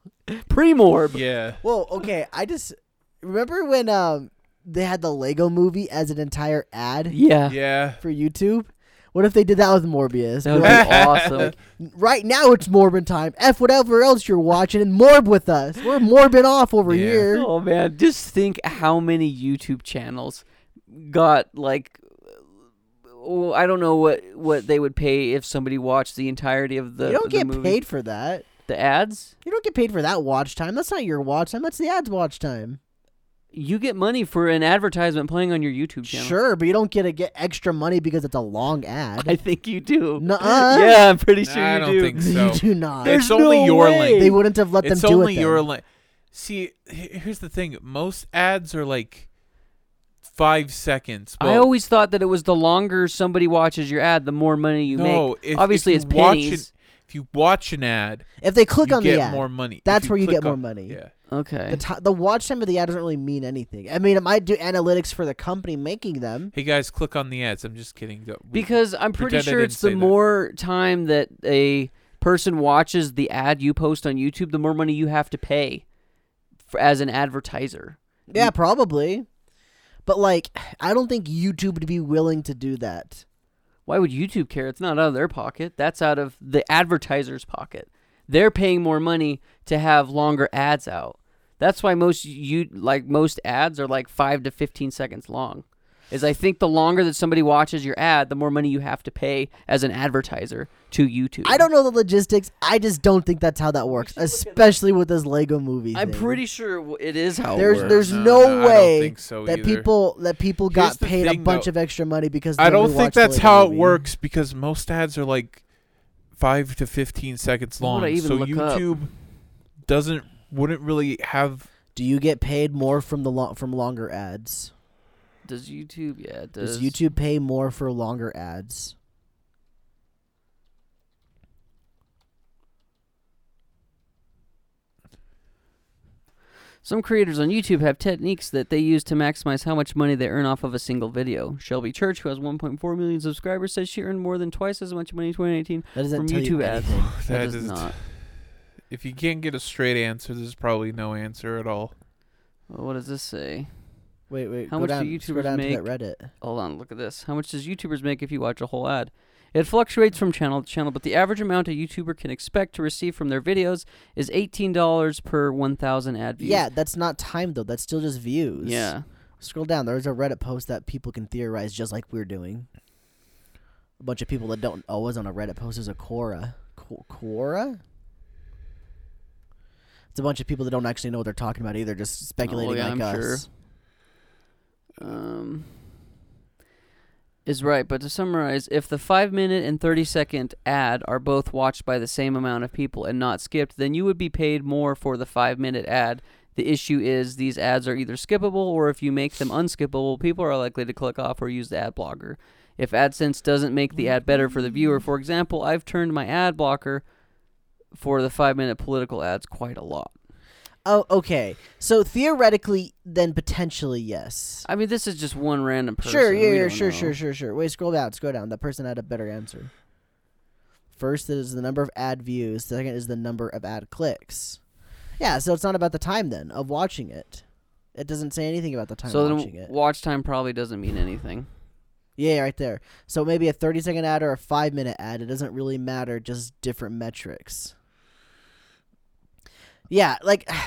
Speaker 2: pre-morb.
Speaker 3: Yeah.
Speaker 1: Well, okay. I just remember when um they had the Lego movie as an entire ad
Speaker 2: Yeah,
Speaker 3: Yeah.
Speaker 1: for YouTube. What if they did that with Morbius?
Speaker 2: that would be
Speaker 1: Like,
Speaker 2: awesome.
Speaker 1: right now it's Morbin time. F whatever else you're watching and morb with us. We're morbin off over
Speaker 3: Yeah.
Speaker 1: here.
Speaker 2: Oh man, just think how many YouTube channels got like oh, I don't know what what they would pay if somebody watched the entirety of the
Speaker 1: you don't
Speaker 2: the
Speaker 1: get
Speaker 2: movie.
Speaker 1: paid for that.
Speaker 2: the ads.
Speaker 1: You don't get paid for that watch time. That's not your watch time. That's the ads watch time.
Speaker 2: you get money for an advertisement playing on your YouTube channel.
Speaker 1: Sure, but you don't get to get extra money because it's a long ad.
Speaker 2: I think you do.
Speaker 1: Nuh-uh.
Speaker 2: Yeah, I'm pretty
Speaker 3: Nah,
Speaker 2: sure you
Speaker 3: I don't
Speaker 2: do.
Speaker 3: think
Speaker 1: you
Speaker 3: so.
Speaker 1: do not.
Speaker 2: There's
Speaker 3: it's only
Speaker 2: no
Speaker 3: your
Speaker 2: way.
Speaker 3: link.
Speaker 1: they wouldn't have let
Speaker 3: it's
Speaker 1: them do
Speaker 3: only
Speaker 1: it.
Speaker 3: your
Speaker 1: then.
Speaker 3: link. See, he- here's the thing. Most ads are like five seconds.
Speaker 2: I
Speaker 3: Well,
Speaker 2: always thought that it was the longer somebody watches your ad, the more money you
Speaker 3: no,
Speaker 2: make.
Speaker 3: if- if
Speaker 2: Obviously,
Speaker 3: you
Speaker 2: it's
Speaker 3: watch an-
Speaker 2: pennies.
Speaker 3: if you watch an ad,
Speaker 1: if they click
Speaker 3: you
Speaker 1: on
Speaker 3: get
Speaker 1: the ad,
Speaker 3: more money. If
Speaker 1: that's where you
Speaker 3: click
Speaker 1: get more
Speaker 3: on-
Speaker 1: money.
Speaker 3: Yeah.
Speaker 2: Okay.
Speaker 1: the, ti the watch time of the ad doesn't really mean anything. I mean, it might do analytics for the company making them.
Speaker 3: Hey guys, click on the ads. I'm just kidding. Go- we-
Speaker 2: Because I'm pretty
Speaker 3: Pretend I
Speaker 2: sure
Speaker 3: didn't
Speaker 2: it's the
Speaker 3: say that.
Speaker 2: more time that a person watches the ad you post on YouTube, the more money you have to pay for, as an advertiser.
Speaker 3: Mm.
Speaker 1: Yeah, probably. But like, I don't think YouTube would be willing to do that.
Speaker 2: Why would YouTube care? It's not out of their pocket. That's out of the advertiser's pocket. They're paying more money to have longer ads out. That's why most you like most ads are like 5 to 15 seconds long. Is I think the longer that somebody watches your ad, the more money you have to pay as an advertiser to YouTube.
Speaker 1: I don't know the logistics. I just don't think that's how that works, especially with this Lego movie.
Speaker 2: I'm
Speaker 1: thing.
Speaker 2: pretty sure w- it is how it
Speaker 1: There's
Speaker 2: works.
Speaker 1: there's no,
Speaker 3: No, no, I don't
Speaker 1: way
Speaker 3: think so
Speaker 1: that
Speaker 3: either.
Speaker 1: people that people
Speaker 3: Here's
Speaker 1: got
Speaker 3: the
Speaker 1: paid a
Speaker 3: thing,
Speaker 1: bunch
Speaker 3: though.
Speaker 1: of extra money because
Speaker 3: I
Speaker 1: they
Speaker 3: don't
Speaker 1: only
Speaker 3: think
Speaker 1: watched the
Speaker 3: that's
Speaker 1: Lego
Speaker 3: how it
Speaker 1: movie.
Speaker 3: works because most ads are like five to fifteen seconds
Speaker 2: What
Speaker 3: long.
Speaker 2: would I even
Speaker 3: so
Speaker 2: look up?
Speaker 3: YouTube doesn't wouldn't really have
Speaker 1: Do you get paid more from the lo- from longer ads?
Speaker 2: Does YouTube? Yeah, it does.
Speaker 1: Does YouTube pay more for longer ads?
Speaker 2: Some creators on YouTube have techniques that they use to maximize how much money they earn off of a single video. Shelby Church, who has 1.4 million subscribers, says she earned more than twice as much money in 2018
Speaker 1: That doesn't
Speaker 2: from
Speaker 1: tell you
Speaker 2: YouTube ads.
Speaker 1: anything.
Speaker 2: That,
Speaker 3: That
Speaker 2: does
Speaker 3: is-
Speaker 2: not.
Speaker 3: if you can't get a straight answer, there's probably no answer at all.
Speaker 2: Well, what does this say?
Speaker 1: Wait, wait.
Speaker 2: How
Speaker 1: go
Speaker 2: much do
Speaker 1: down,
Speaker 2: YouTubers
Speaker 1: scroll down to that Reddit?
Speaker 2: Hold on, look at this. How much does YouTubers make if you watch a whole ad? It fluctuates from channel to channel, but the average amount a YouTuber can expect to receive from their videos is $18 per 1,000 ad views.
Speaker 1: Yeah, that's not time though. That's still just views.
Speaker 2: Yeah.
Speaker 1: Scroll down. There's a Reddit post that people can theorize just like we're doing. A bunch of people that don't oh, it wasn't a Reddit post. It was a Quora. Qu- Quora. It's a bunch of people that don't actually know what they're talking about either, just speculating
Speaker 2: Oh, yeah,
Speaker 1: like
Speaker 2: I'm
Speaker 1: us.
Speaker 2: sure. um, is right. But to summarize, if the five minute and 30 second ad are both watched by the same amount of people and not skipped, then you would be paid more for the five minute ad. The issue is these ads are either skippable or if you make them unskippable, people are likely to click off or use the ad blocker. If AdSense doesn't make the ad better for the viewer, for example, I've turned my ad blocker for the five minute political ads quite a lot.
Speaker 1: Oh, okay. So theoretically, then potentially yes.
Speaker 2: I mean, this is just one random person.
Speaker 1: Sure, yeah,
Speaker 2: We
Speaker 1: yeah,
Speaker 2: don't
Speaker 1: sure,
Speaker 2: know.
Speaker 1: sure, sure, sure. Wait, scroll down, scroll down. That person had a better answer. First is the number of ad views. Second is the number of ad clicks. Yeah, so it's not about the time then of watching it. It doesn't say anything about the time
Speaker 2: So
Speaker 1: watching
Speaker 2: then
Speaker 1: it.
Speaker 2: watch time probably doesn't mean anything.
Speaker 1: yeah, right there. So maybe a thirty second ad or a five minute ad. It doesn't really matter. Just different metrics. Yeah, like.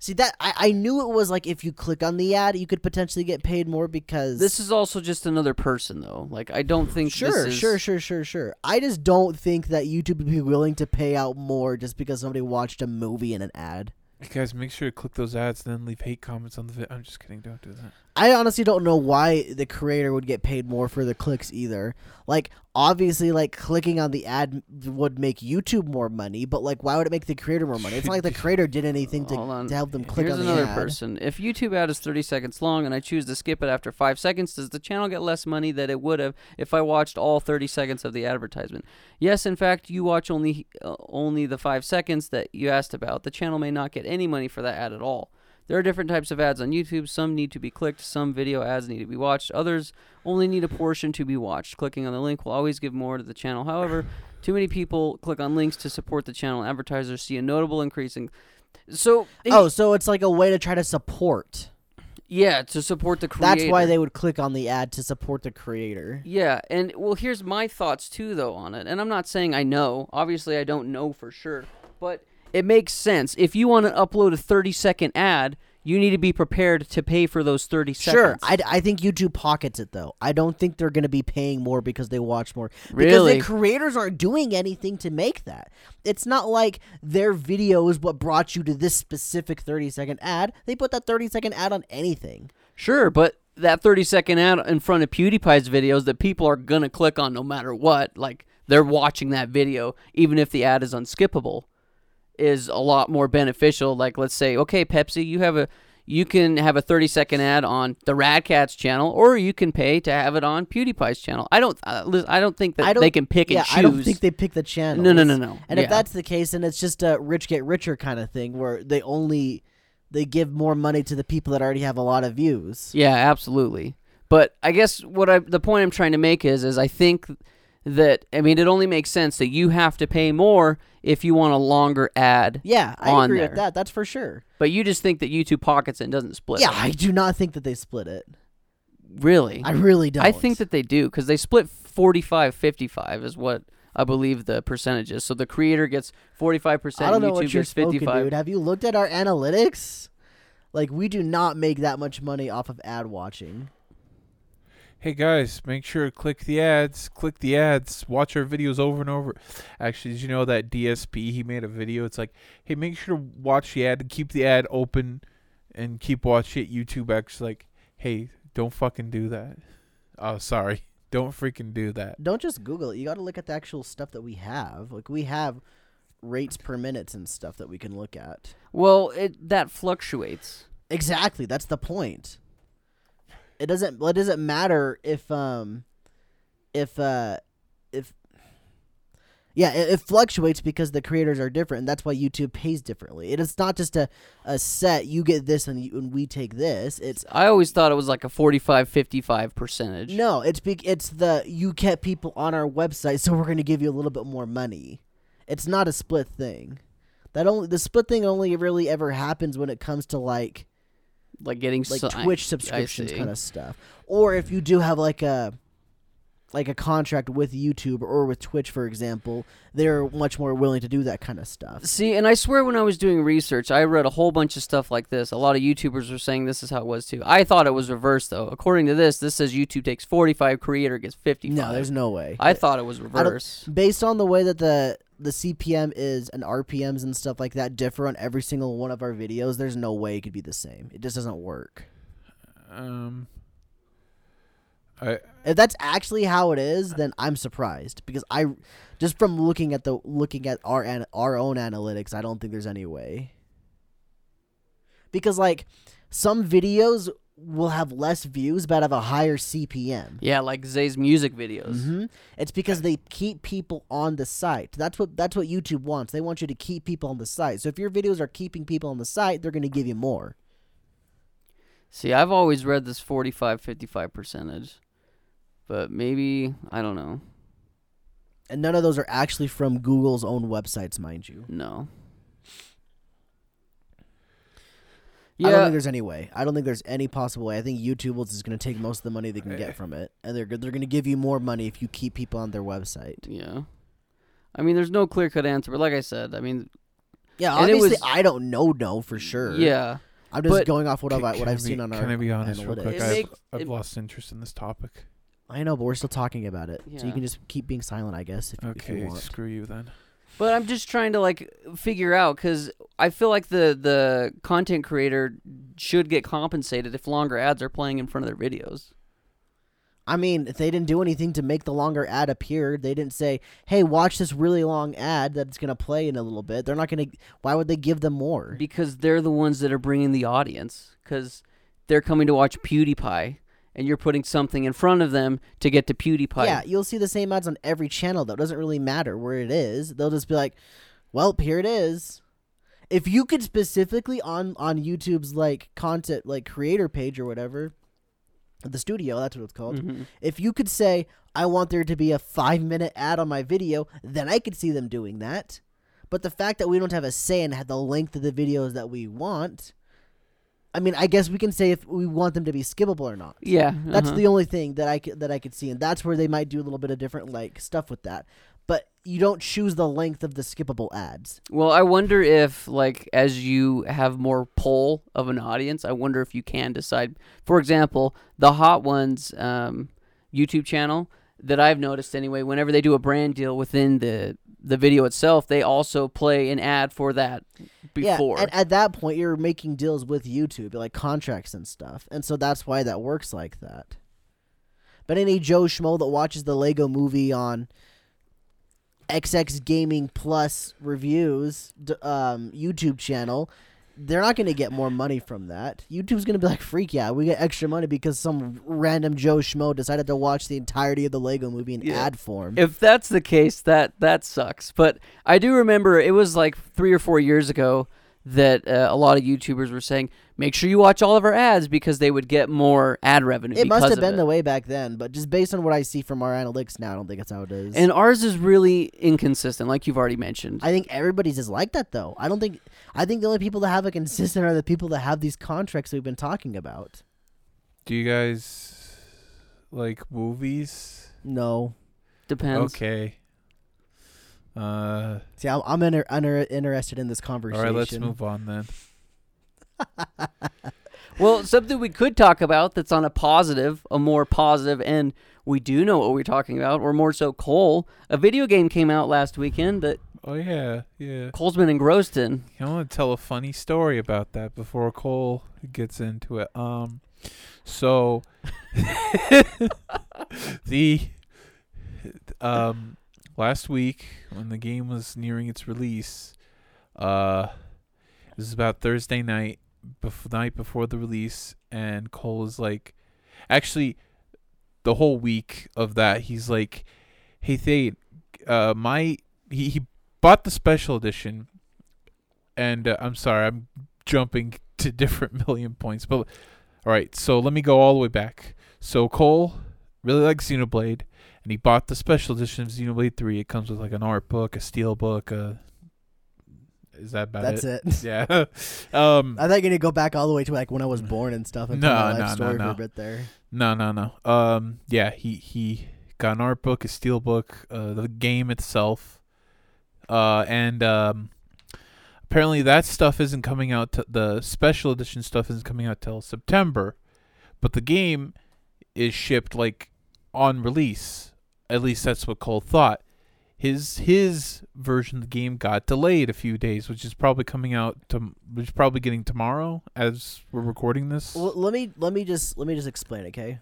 Speaker 1: See that I, I knew it was like if you click on the ad, you could potentially get paid more because
Speaker 2: This is also just another person though. Like I don't think this
Speaker 1: Sure,
Speaker 2: is-
Speaker 1: sure, sure, sure, sure. I just don't think that YouTube would be willing to pay out more just because somebody watched a movie in an ad.
Speaker 3: Hey guys, make sure to click those ads and then leave hate comments on the video. I'm just kidding. Don't do that.
Speaker 1: I honestly don't know why the creator would get paid more for the clicks either. Like, obviously, like clicking on the ad would make YouTube more money, but like, why would it make the creator more money? It's not like the creator did anything
Speaker 2: Hold
Speaker 1: to,
Speaker 2: on.
Speaker 1: to help them click
Speaker 2: Here's
Speaker 1: on the
Speaker 2: another
Speaker 1: ad.
Speaker 2: person. If YouTube ad is 30 seconds long and I choose to skip it after 5 seconds, does the channel get less money than it would have if I watched all 30 seconds of the advertisement? Yes, in fact, you watch only uh, only the 5 seconds that you asked about. The channel may not get any money for that ad at all. There are different types of ads on YouTube. Some need to be clicked, some video ads need to be watched, others only need a portion to be watched. Clicking on the link will always give more to the channel. However, too many people click on links to support the channel. Advertisers see a notable increase in. So,
Speaker 1: Oh, so it's like a way to try to support.
Speaker 2: yeah, to support the creator.
Speaker 1: That's why they would click on the ad to support the creator.
Speaker 2: Yeah, and well, here's my thoughts too, though, on it. And I'm not saying I know. Obviously, I don't know for sure, but it makes sense. If you want to upload a 30 second ad, you need to be prepared to pay for those 30
Speaker 1: Sure,
Speaker 2: seconds.
Speaker 1: I, I think YouTube pockets it though. I don't think they're going to be paying more because they watch more. Because
Speaker 2: Really?
Speaker 1: the creators aren't doing anything to make that. It's not like their video is what brought you to this specific 30 second ad. They put that 30 second ad on anything.
Speaker 2: Sure, but that 30 second ad in front of PewDiePie's videos that people are going to click on no matter what, like they're watching that video, even if the ad is unskippable, is a lot more beneficial. Like, let's say, okay, Pepsi, you have a. You can have a 30 second ad on the Radcats channel, or you can pay to have it on PewDiePie's channel. I don't, uh, Liz, I don't think that
Speaker 1: I don't
Speaker 2: they can pick
Speaker 1: yeah,
Speaker 2: and choose.
Speaker 1: I don't think they pick the channel.
Speaker 2: No, no, no, no.
Speaker 1: And
Speaker 2: Yeah.
Speaker 1: if that's the case, then it's just a rich get richer kind of thing where they only they give more money to the people that already have a lot of views.
Speaker 2: Yeah, absolutely. But I guess what I the point I'm trying to make is is I think that I mean it only makes sense that you have to pay more if you want a longer ad.
Speaker 1: Yeah, I
Speaker 2: On
Speaker 1: agree
Speaker 2: there.
Speaker 1: with that. That's for sure.
Speaker 2: But you just think that YouTube pockets it and doesn't split.
Speaker 1: Yeah,
Speaker 2: it.
Speaker 1: I do not think that they split it.
Speaker 2: really.
Speaker 1: I really don't.
Speaker 2: I think that they do cuz they split 45-55 is what I believe the percentage is. So the creator gets 45%,
Speaker 1: I don't know
Speaker 2: YouTube
Speaker 1: what you're
Speaker 2: gets
Speaker 1: smoking,
Speaker 2: 55.
Speaker 1: dude. Have you looked at our analytics? Like we do not make that much money off of ad watching.
Speaker 3: Hey guys, make sure to click the ads, click the ads, watch our videos over and over. Actually, did you know that DSP he made a video? It's like, hey, make sure to watch the ad and keep the ad open and keep watching it. YouTube actually like, hey, don't fucking do that. Oh, sorry. Don't freaking do that.
Speaker 1: Don't just Google it. You got to look at the actual stuff that we have. Like we have rates per minutes and stuff that we can look at.
Speaker 2: Well, it that fluctuates.
Speaker 1: Exactly. That's the point. It doesn't. Well, it doesn't matter if um, if uh, if yeah, it, it fluctuates because the creators are different, and that's why YouTube pays differently. It is not just a a set. You get this, and you, and we take this. It's
Speaker 2: I always thought it was like a 45-55 percentage.
Speaker 1: no. It's be, it's the you kept people on our website, so we're going to give you a little bit more money. It's not a split thing. That only the split thing only really ever happens when it comes to like
Speaker 2: like getting
Speaker 1: like
Speaker 2: so- I-
Speaker 1: Twitch
Speaker 2: I
Speaker 1: subscriptions
Speaker 2: see.
Speaker 1: kind of stuff. Or if you do have like a like a contract with YouTube or with Twitch, for example, they're much more willing to do that kind of stuff.
Speaker 2: See, and I swear when I was doing research, I read a whole bunch of stuff like this. A lot of YouTubers were saying this is how it was too. I thought it was reversed though. According to this, this says YouTube takes 45, creator gets 55.
Speaker 1: No, there's no way.
Speaker 2: I thought it was
Speaker 1: I don't-
Speaker 2: reverse.
Speaker 1: based on the way that the the CPM is and RPMs and stuff like that differ on every single one of our videos, there's no way it could be the same. It just doesn't work.
Speaker 3: Um I
Speaker 1: If that's actually how it is, then I'm surprised because I just from looking at the looking at our an, our own analytics, I don't think there's any way. Because like some videos will have less views but have a higher CPM.
Speaker 2: Yeah, like Zay's music videos.
Speaker 1: hmm It's because they keep people on the site. That's what that's what YouTube wants. They want you to keep people on the site. So if your videos are keeping people on the site, they're going to give you more.
Speaker 2: See, I've always read this 45, 55 percentage, but maybe I don't know.
Speaker 1: And none of those are actually from Google's own websites, mind you.
Speaker 2: No.
Speaker 1: I don't think there's any way. I don't think there's any possible way. I think YouTube is just going to take most of the money they can
Speaker 2: Eh.
Speaker 1: get from it, and they're go- they're going to give you more money if you keep people on their website.
Speaker 2: yeah. I mean, there's no clear cut answer, but like I said, I mean,
Speaker 1: Yeah,
Speaker 2: And it
Speaker 1: obviously
Speaker 2: was-
Speaker 1: I don't know no for sure.
Speaker 2: yeah.
Speaker 1: I'm just
Speaker 2: but-
Speaker 1: going off what I've
Speaker 3: Can-
Speaker 1: what
Speaker 3: can I
Speaker 1: I've seen
Speaker 3: be-
Speaker 1: on our
Speaker 3: Can I be honest real
Speaker 1: analytics.
Speaker 3: quick?
Speaker 2: It
Speaker 3: I've,
Speaker 2: make-
Speaker 3: I've
Speaker 2: it-
Speaker 3: lost interest in this topic.
Speaker 1: I know, but we're still talking about it, so you
Speaker 2: Yeah.
Speaker 1: can just keep being silent, I guess. If, if you
Speaker 3: Okay,
Speaker 1: want.
Speaker 3: screw you then.
Speaker 2: But I'm just trying to like figure out because I feel like the the content creator should get compensated if longer ads are playing in front of their videos.
Speaker 1: I mean, if they didn't do anything to make the longer ad appear, they didn't say, "Hey, watch this really long ad that's going to play in a little bit." They're not going to. Why would they give them more?
Speaker 2: because they're the ones that are bringing the audience because they're coming to watch PewDiePie and you're putting something in front of them to get to PewDiePie.
Speaker 1: Yeah, you'll see the same ads on every channel though. It doesn't really matter where it is. They'll just be like, "Well, here it is." If you could specifically on on YouTube's like content like creator page or whatever, the studio, that's what it's called.
Speaker 2: Mhm.
Speaker 1: If you could say, "I want there to be a 5-minute ad on my video," then I could see them doing that. But the fact that we don't have a say in the length of the videos that we want, I mean, I guess we can say if we want them to be skippable or not.
Speaker 2: Yeah.
Speaker 1: That's
Speaker 2: uh-huh.
Speaker 1: the only thing that I could, that I could see, and that's where they might do a little bit of different like stuff with that. but you don't choose the length of the skippable ads.
Speaker 2: Well, I wonder if, like, as you have more pull of an audience, I wonder if you can decide. For example, the Hot Ones um, YouTube channel that I've noticed anyway. Whenever they do a brand deal within the the video itself, they also play an ad for that before.
Speaker 1: Yeah, and at that point, you're making deals with YouTube, like contracts and stuff, and so that's why that works like that. But any Joe schmo that watches the Lego Movie on XX Gaming Plus reviews d- um, YouTube channel, they're not going to get more money from that. YouTube's going to be like, "Freak yeah, we get extra money because some random Joe schmo decided to watch the entirety of the Lego Movie in
Speaker 2: Yeah.
Speaker 1: ad form."
Speaker 2: if that's the case, that that sucks. But I do remember it was like three or four years ago that uh, a lot of YouTubers were saying, "Make sure you watch all of our ads because they would get more ad revenue."
Speaker 1: It must
Speaker 2: because
Speaker 1: have
Speaker 2: of
Speaker 1: been
Speaker 2: it.
Speaker 1: the way back then, but just based on what I see from our analytics now, I don't think it's how it is.
Speaker 2: And ours is really inconsistent, like you've already mentioned.
Speaker 1: I think everybody's is like that though. I don't think I think the only people that have a consistent are the people that have these contracts we've been talking about.
Speaker 3: Do you guys like movies?
Speaker 1: No,
Speaker 2: Depends.
Speaker 3: Okay. Uh,
Speaker 1: see, I'm, I'm inter- under, interested in this
Speaker 3: all
Speaker 1: conversation.
Speaker 3: right, let's move on then.
Speaker 2: Well, something we could talk about that's on a positive, a more positive, and we do know what we're talking about, or more so Cole. A video game came out last weekend that
Speaker 3: Oh yeah, yeah.
Speaker 2: Cole's been engrossed in.
Speaker 3: I want to tell a funny story about that before Cole gets into it. Um, so the um last week when the game was nearing its release, uh, this is about Thursday night, bef- night before the release, and Cole is like, actually, the whole week of that, he's like, "Hey Thade, uh, my he he bought the special edition." and uh, I'm sorry, I'm jumping to different million points, but all right. So let me go all the way back. So Cole really likes Xenoblade, and he bought the special edition of Xenoblade Three. It comes with like an art book, a steel book. A is that about
Speaker 1: That's
Speaker 3: it?
Speaker 1: it.
Speaker 3: Yeah. um.
Speaker 1: I thought you were gonna go back all the way to like when I was born and stuff and
Speaker 3: No,
Speaker 1: tell my life
Speaker 3: no, no,
Speaker 1: story for
Speaker 3: no.
Speaker 1: a bit there.
Speaker 3: No, no, no. Um, yeah, he he got an art book, a steel book, uh, the game itself, uh, and um, apparently that stuff isn't coming out. T- the special edition stuff isn't coming out till September, but the game is shipped like on release. At least that's what Cole thought. His his version of the game got delayed a few days, which is probably coming out to, which is probably getting tomorrow as we're recording this.
Speaker 1: Well, let me let me just let me just explain, okay?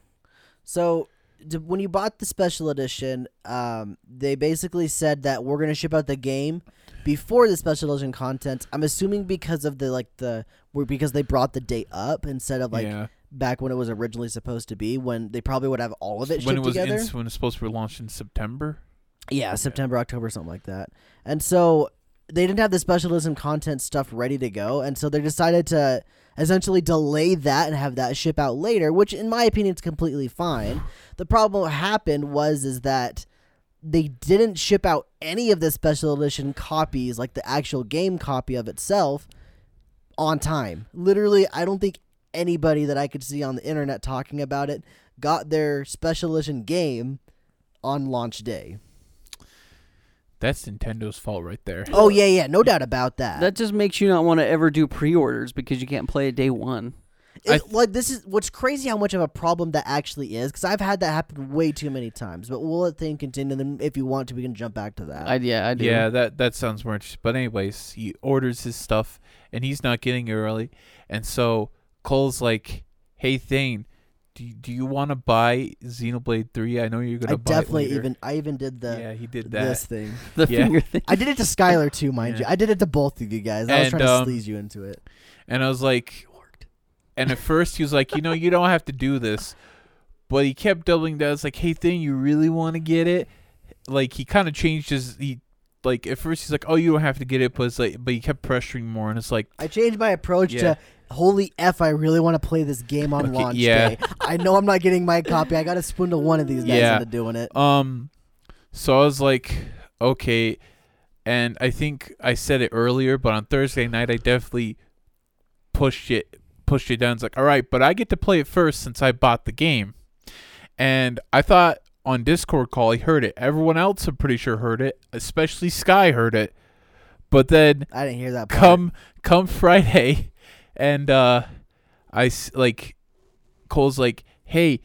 Speaker 1: So d- when you bought the special edition, um, they basically said that we're gonna ship out the game before the special edition content. I'm assuming because of the like the were because they brought the date up instead of like
Speaker 3: yeah.
Speaker 1: back when it was originally supposed to be when they probably would have all of it shipped
Speaker 3: when it was
Speaker 1: together.
Speaker 3: in, when it was supposed to be launched in September.
Speaker 1: Yeah, September, October, something like that. And so they didn't have the specialism content stuff ready to go, and so they decided to essentially delay that and have that ship out later, which in my opinion is completely fine. The problem that happened was is that they didn't ship out any of the special edition copies, like the actual game copy of itself, on time. Literally, I don't think anybody that I could see on the internet talking about it got their special edition game on launch day.
Speaker 3: That's Nintendo's fault right there.
Speaker 1: Oh yeah, yeah, no doubt about that.
Speaker 2: That just makes you not want to ever do pre-orders because you can't play it day one.
Speaker 1: It-
Speaker 3: I-
Speaker 1: like this is what's crazy how much of a problem that actually is because I've had that happen way too many times. But we'll let thing continue. Then if you want to, we can jump back to that.
Speaker 2: I, yeah, I do.
Speaker 3: Yeah, that that sounds more interesting. But anyways, he orders his stuff and he's not getting it early, and so Cole's like, "Hey Thane, do you, do you want to buy Xenoblade Three? I know you're
Speaker 1: I
Speaker 3: gonna buy it
Speaker 1: definitely
Speaker 3: later."
Speaker 1: even I even did the
Speaker 3: yeah he did that.
Speaker 1: this thing.
Speaker 2: the
Speaker 3: yeah.
Speaker 2: finger thing.
Speaker 1: I did it to Skylar too, mind
Speaker 3: Yeah.
Speaker 1: you. I did it to both of you guys. I was
Speaker 3: And,
Speaker 1: trying to
Speaker 3: um,
Speaker 1: sleaze you into it.
Speaker 3: And I was like, and at first he was like, you know, you don't have to do this. But he kept doubling down. It's like, hey, thing, you really want to get it? Like he kind of changed his he like at first he's like, oh, you don't have to get it, but it's like, but he kept pressuring more, and it's like,
Speaker 1: I changed my approach
Speaker 3: Yeah.
Speaker 1: to holy f. I really want to play this game on
Speaker 3: Okay,
Speaker 1: launch
Speaker 3: yeah.
Speaker 1: day. I know I'm not getting my copy. I got to spoon to one of these guys
Speaker 3: Yeah.
Speaker 1: into doing it.
Speaker 3: Um, so I was like, okay, and I think I said it earlier, but on Thursday night I definitely pushed it, pushed it down. It's like, all right, but I get to play it first since I bought the game, and I thought on Discord call, he heard it. Everyone else, I'm pretty sure, heard it, especially Sky heard it. But then
Speaker 1: I didn't hear that. Part.
Speaker 3: come come Friday, and uh, I s- like Cole's like, hey,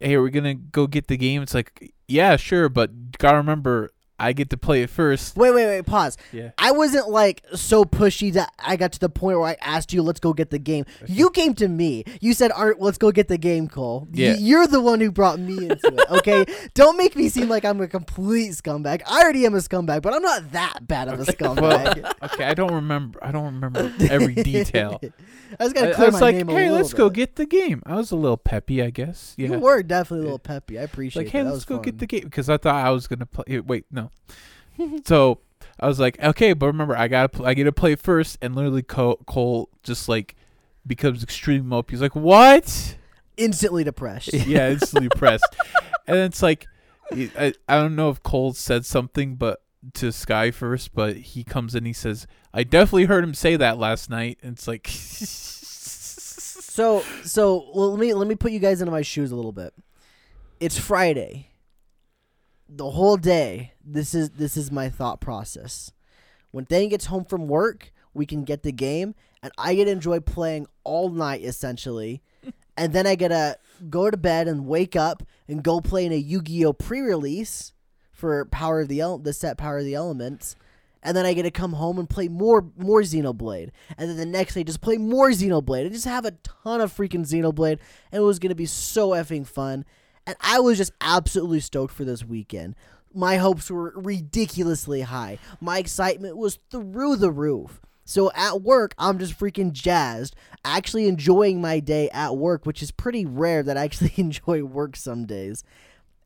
Speaker 3: hey, we're gonna go get the game. It's like, yeah, sure, but gotta remember, I get to play it first.
Speaker 1: Wait, wait, wait. Pause.
Speaker 3: Yeah.
Speaker 1: I wasn't like so pushy that I got to the point where I asked you, "Let's go get the game." You came to me. You said, "Art, let's go get the game, Cole." Y-
Speaker 3: Yeah.
Speaker 1: you're the one who brought me into it. Okay, don't make me seem like I'm a complete scumbag. I already am a scumbag, but I'm not that bad of a scumbag.
Speaker 3: Okay, I don't remember. I don't remember every detail.
Speaker 1: I just
Speaker 3: I,
Speaker 1: gotta
Speaker 3: I
Speaker 1: clear
Speaker 3: was
Speaker 1: my
Speaker 3: like,
Speaker 1: name a
Speaker 3: hey,
Speaker 1: little
Speaker 3: let's go
Speaker 1: bit.
Speaker 3: get the game. I was a little peppy, I guess. Yeah.
Speaker 1: You were definitely a little
Speaker 3: Yeah.
Speaker 1: peppy. I appreciate.
Speaker 3: like, hey,
Speaker 1: that. That
Speaker 3: let's
Speaker 1: was
Speaker 3: go get
Speaker 1: fun.
Speaker 3: the game because I thought I was gonna play. eh, Wait, no. so I was like, okay, but remember, I gotta, pl- I get to play first, and literally Cole, Cole just like becomes extremely mopey. He's like, what?
Speaker 1: instantly depressed.
Speaker 3: yeah, instantly pressed. And it's like, he- I, I don't know if Cole said something, but to Sky first, but he comes in, he says, I definitely heard him say that last night. And it's like,
Speaker 1: So so well, let me let me put you guys into my shoes a little bit. It's Friday. The whole day. This is this is my thought process. When Thane gets home from work, we can get the game, and I get to enjoy playing all night essentially. And then I gotta go to bed and wake up and go play in a Yu-Gi-Oh pre-release for Power of the El- the set Power of the Elements, and then I get to come home and play more more Xenoblade, and then the next day just play more Xenoblade and just have a ton of freaking Xenoblade, and it was gonna be so effing fun, and I was just absolutely stoked for this weekend. My hopes were ridiculously high. My excitement was through the roof. So at work, I'm just freaking jazzed, actually enjoying my day at work, which is pretty rare that I actually enjoy work some days.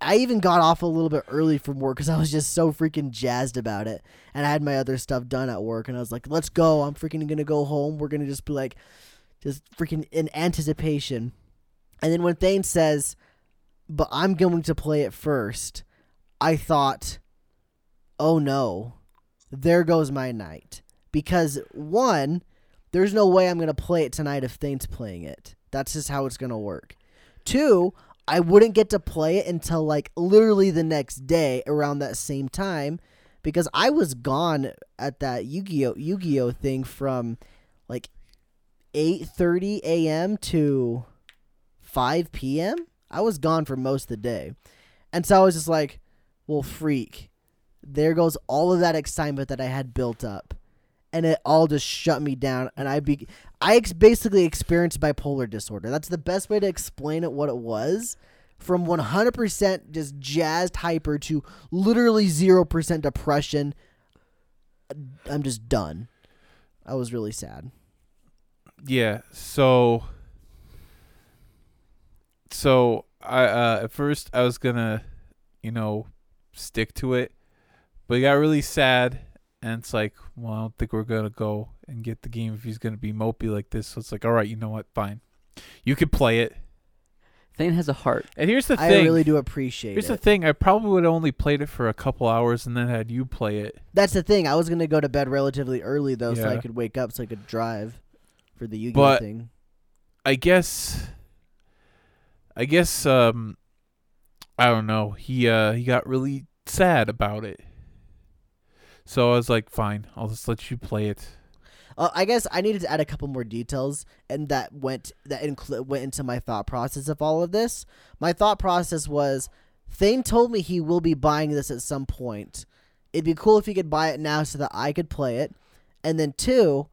Speaker 1: I even got off a little bit early from work because I was just so freaking jazzed about it. And I had my other stuff done at work, and I was like, let's go. I'm freaking going to go home. We're going to just be like, just freaking in anticipation. And then when Thane says, but I'm going to play it first, I thought, oh no, there goes my night. Because one, there's no way I'm going to play it tonight if Thane's playing it. That's just how it's going to work. Two, I wouldn't get to play it until like literally the next day around that same time because I was gone at that Yu-Gi-Oh Yu-Gi-Oh thing from like 8:30 a.m. to 5 p.m. I was gone for most of the day. And so I was just like, well freak. There goes all of that excitement that I had built up. And it all just shut me down and I be I ex- basically experienced bipolar disorder. That's the best way to explain it what it was. From 100% just jazzed hyper to literally 0% depression. I'm just done. I was really sad.
Speaker 3: yeah. So, so I, uh, at first I was gonna, you know, stick to it, but it got really sad. And it's like, well, I don't think we're gonna go and get the game if he's gonna be mopey like this. So it's like, all right, you know what? Fine, you could play it.
Speaker 2: Thane has a heart.
Speaker 3: And here's the
Speaker 1: I
Speaker 3: thing.
Speaker 1: really do appreciate
Speaker 3: Here's
Speaker 1: it.
Speaker 3: the thing. I probably would have only played it for a couple hours and then had you play it.
Speaker 1: That's the thing. I was going to go to bed relatively early, though, so I
Speaker 3: Yeah.
Speaker 1: could wake up so I could drive for the Yu Gi Oh
Speaker 3: But-
Speaker 1: thing.
Speaker 3: I guess. I guess. Um. I don't know. He uh he got really sad about it. So I was like, fine. I'll just let you play it.
Speaker 1: Uh, I guess I needed to add a couple more details, and that went that inclu- went into my thought process of all of this. My thought process was, Thane told me he will be buying this at some point. It'd be cool if he could buy it now so that I could play it. And then two,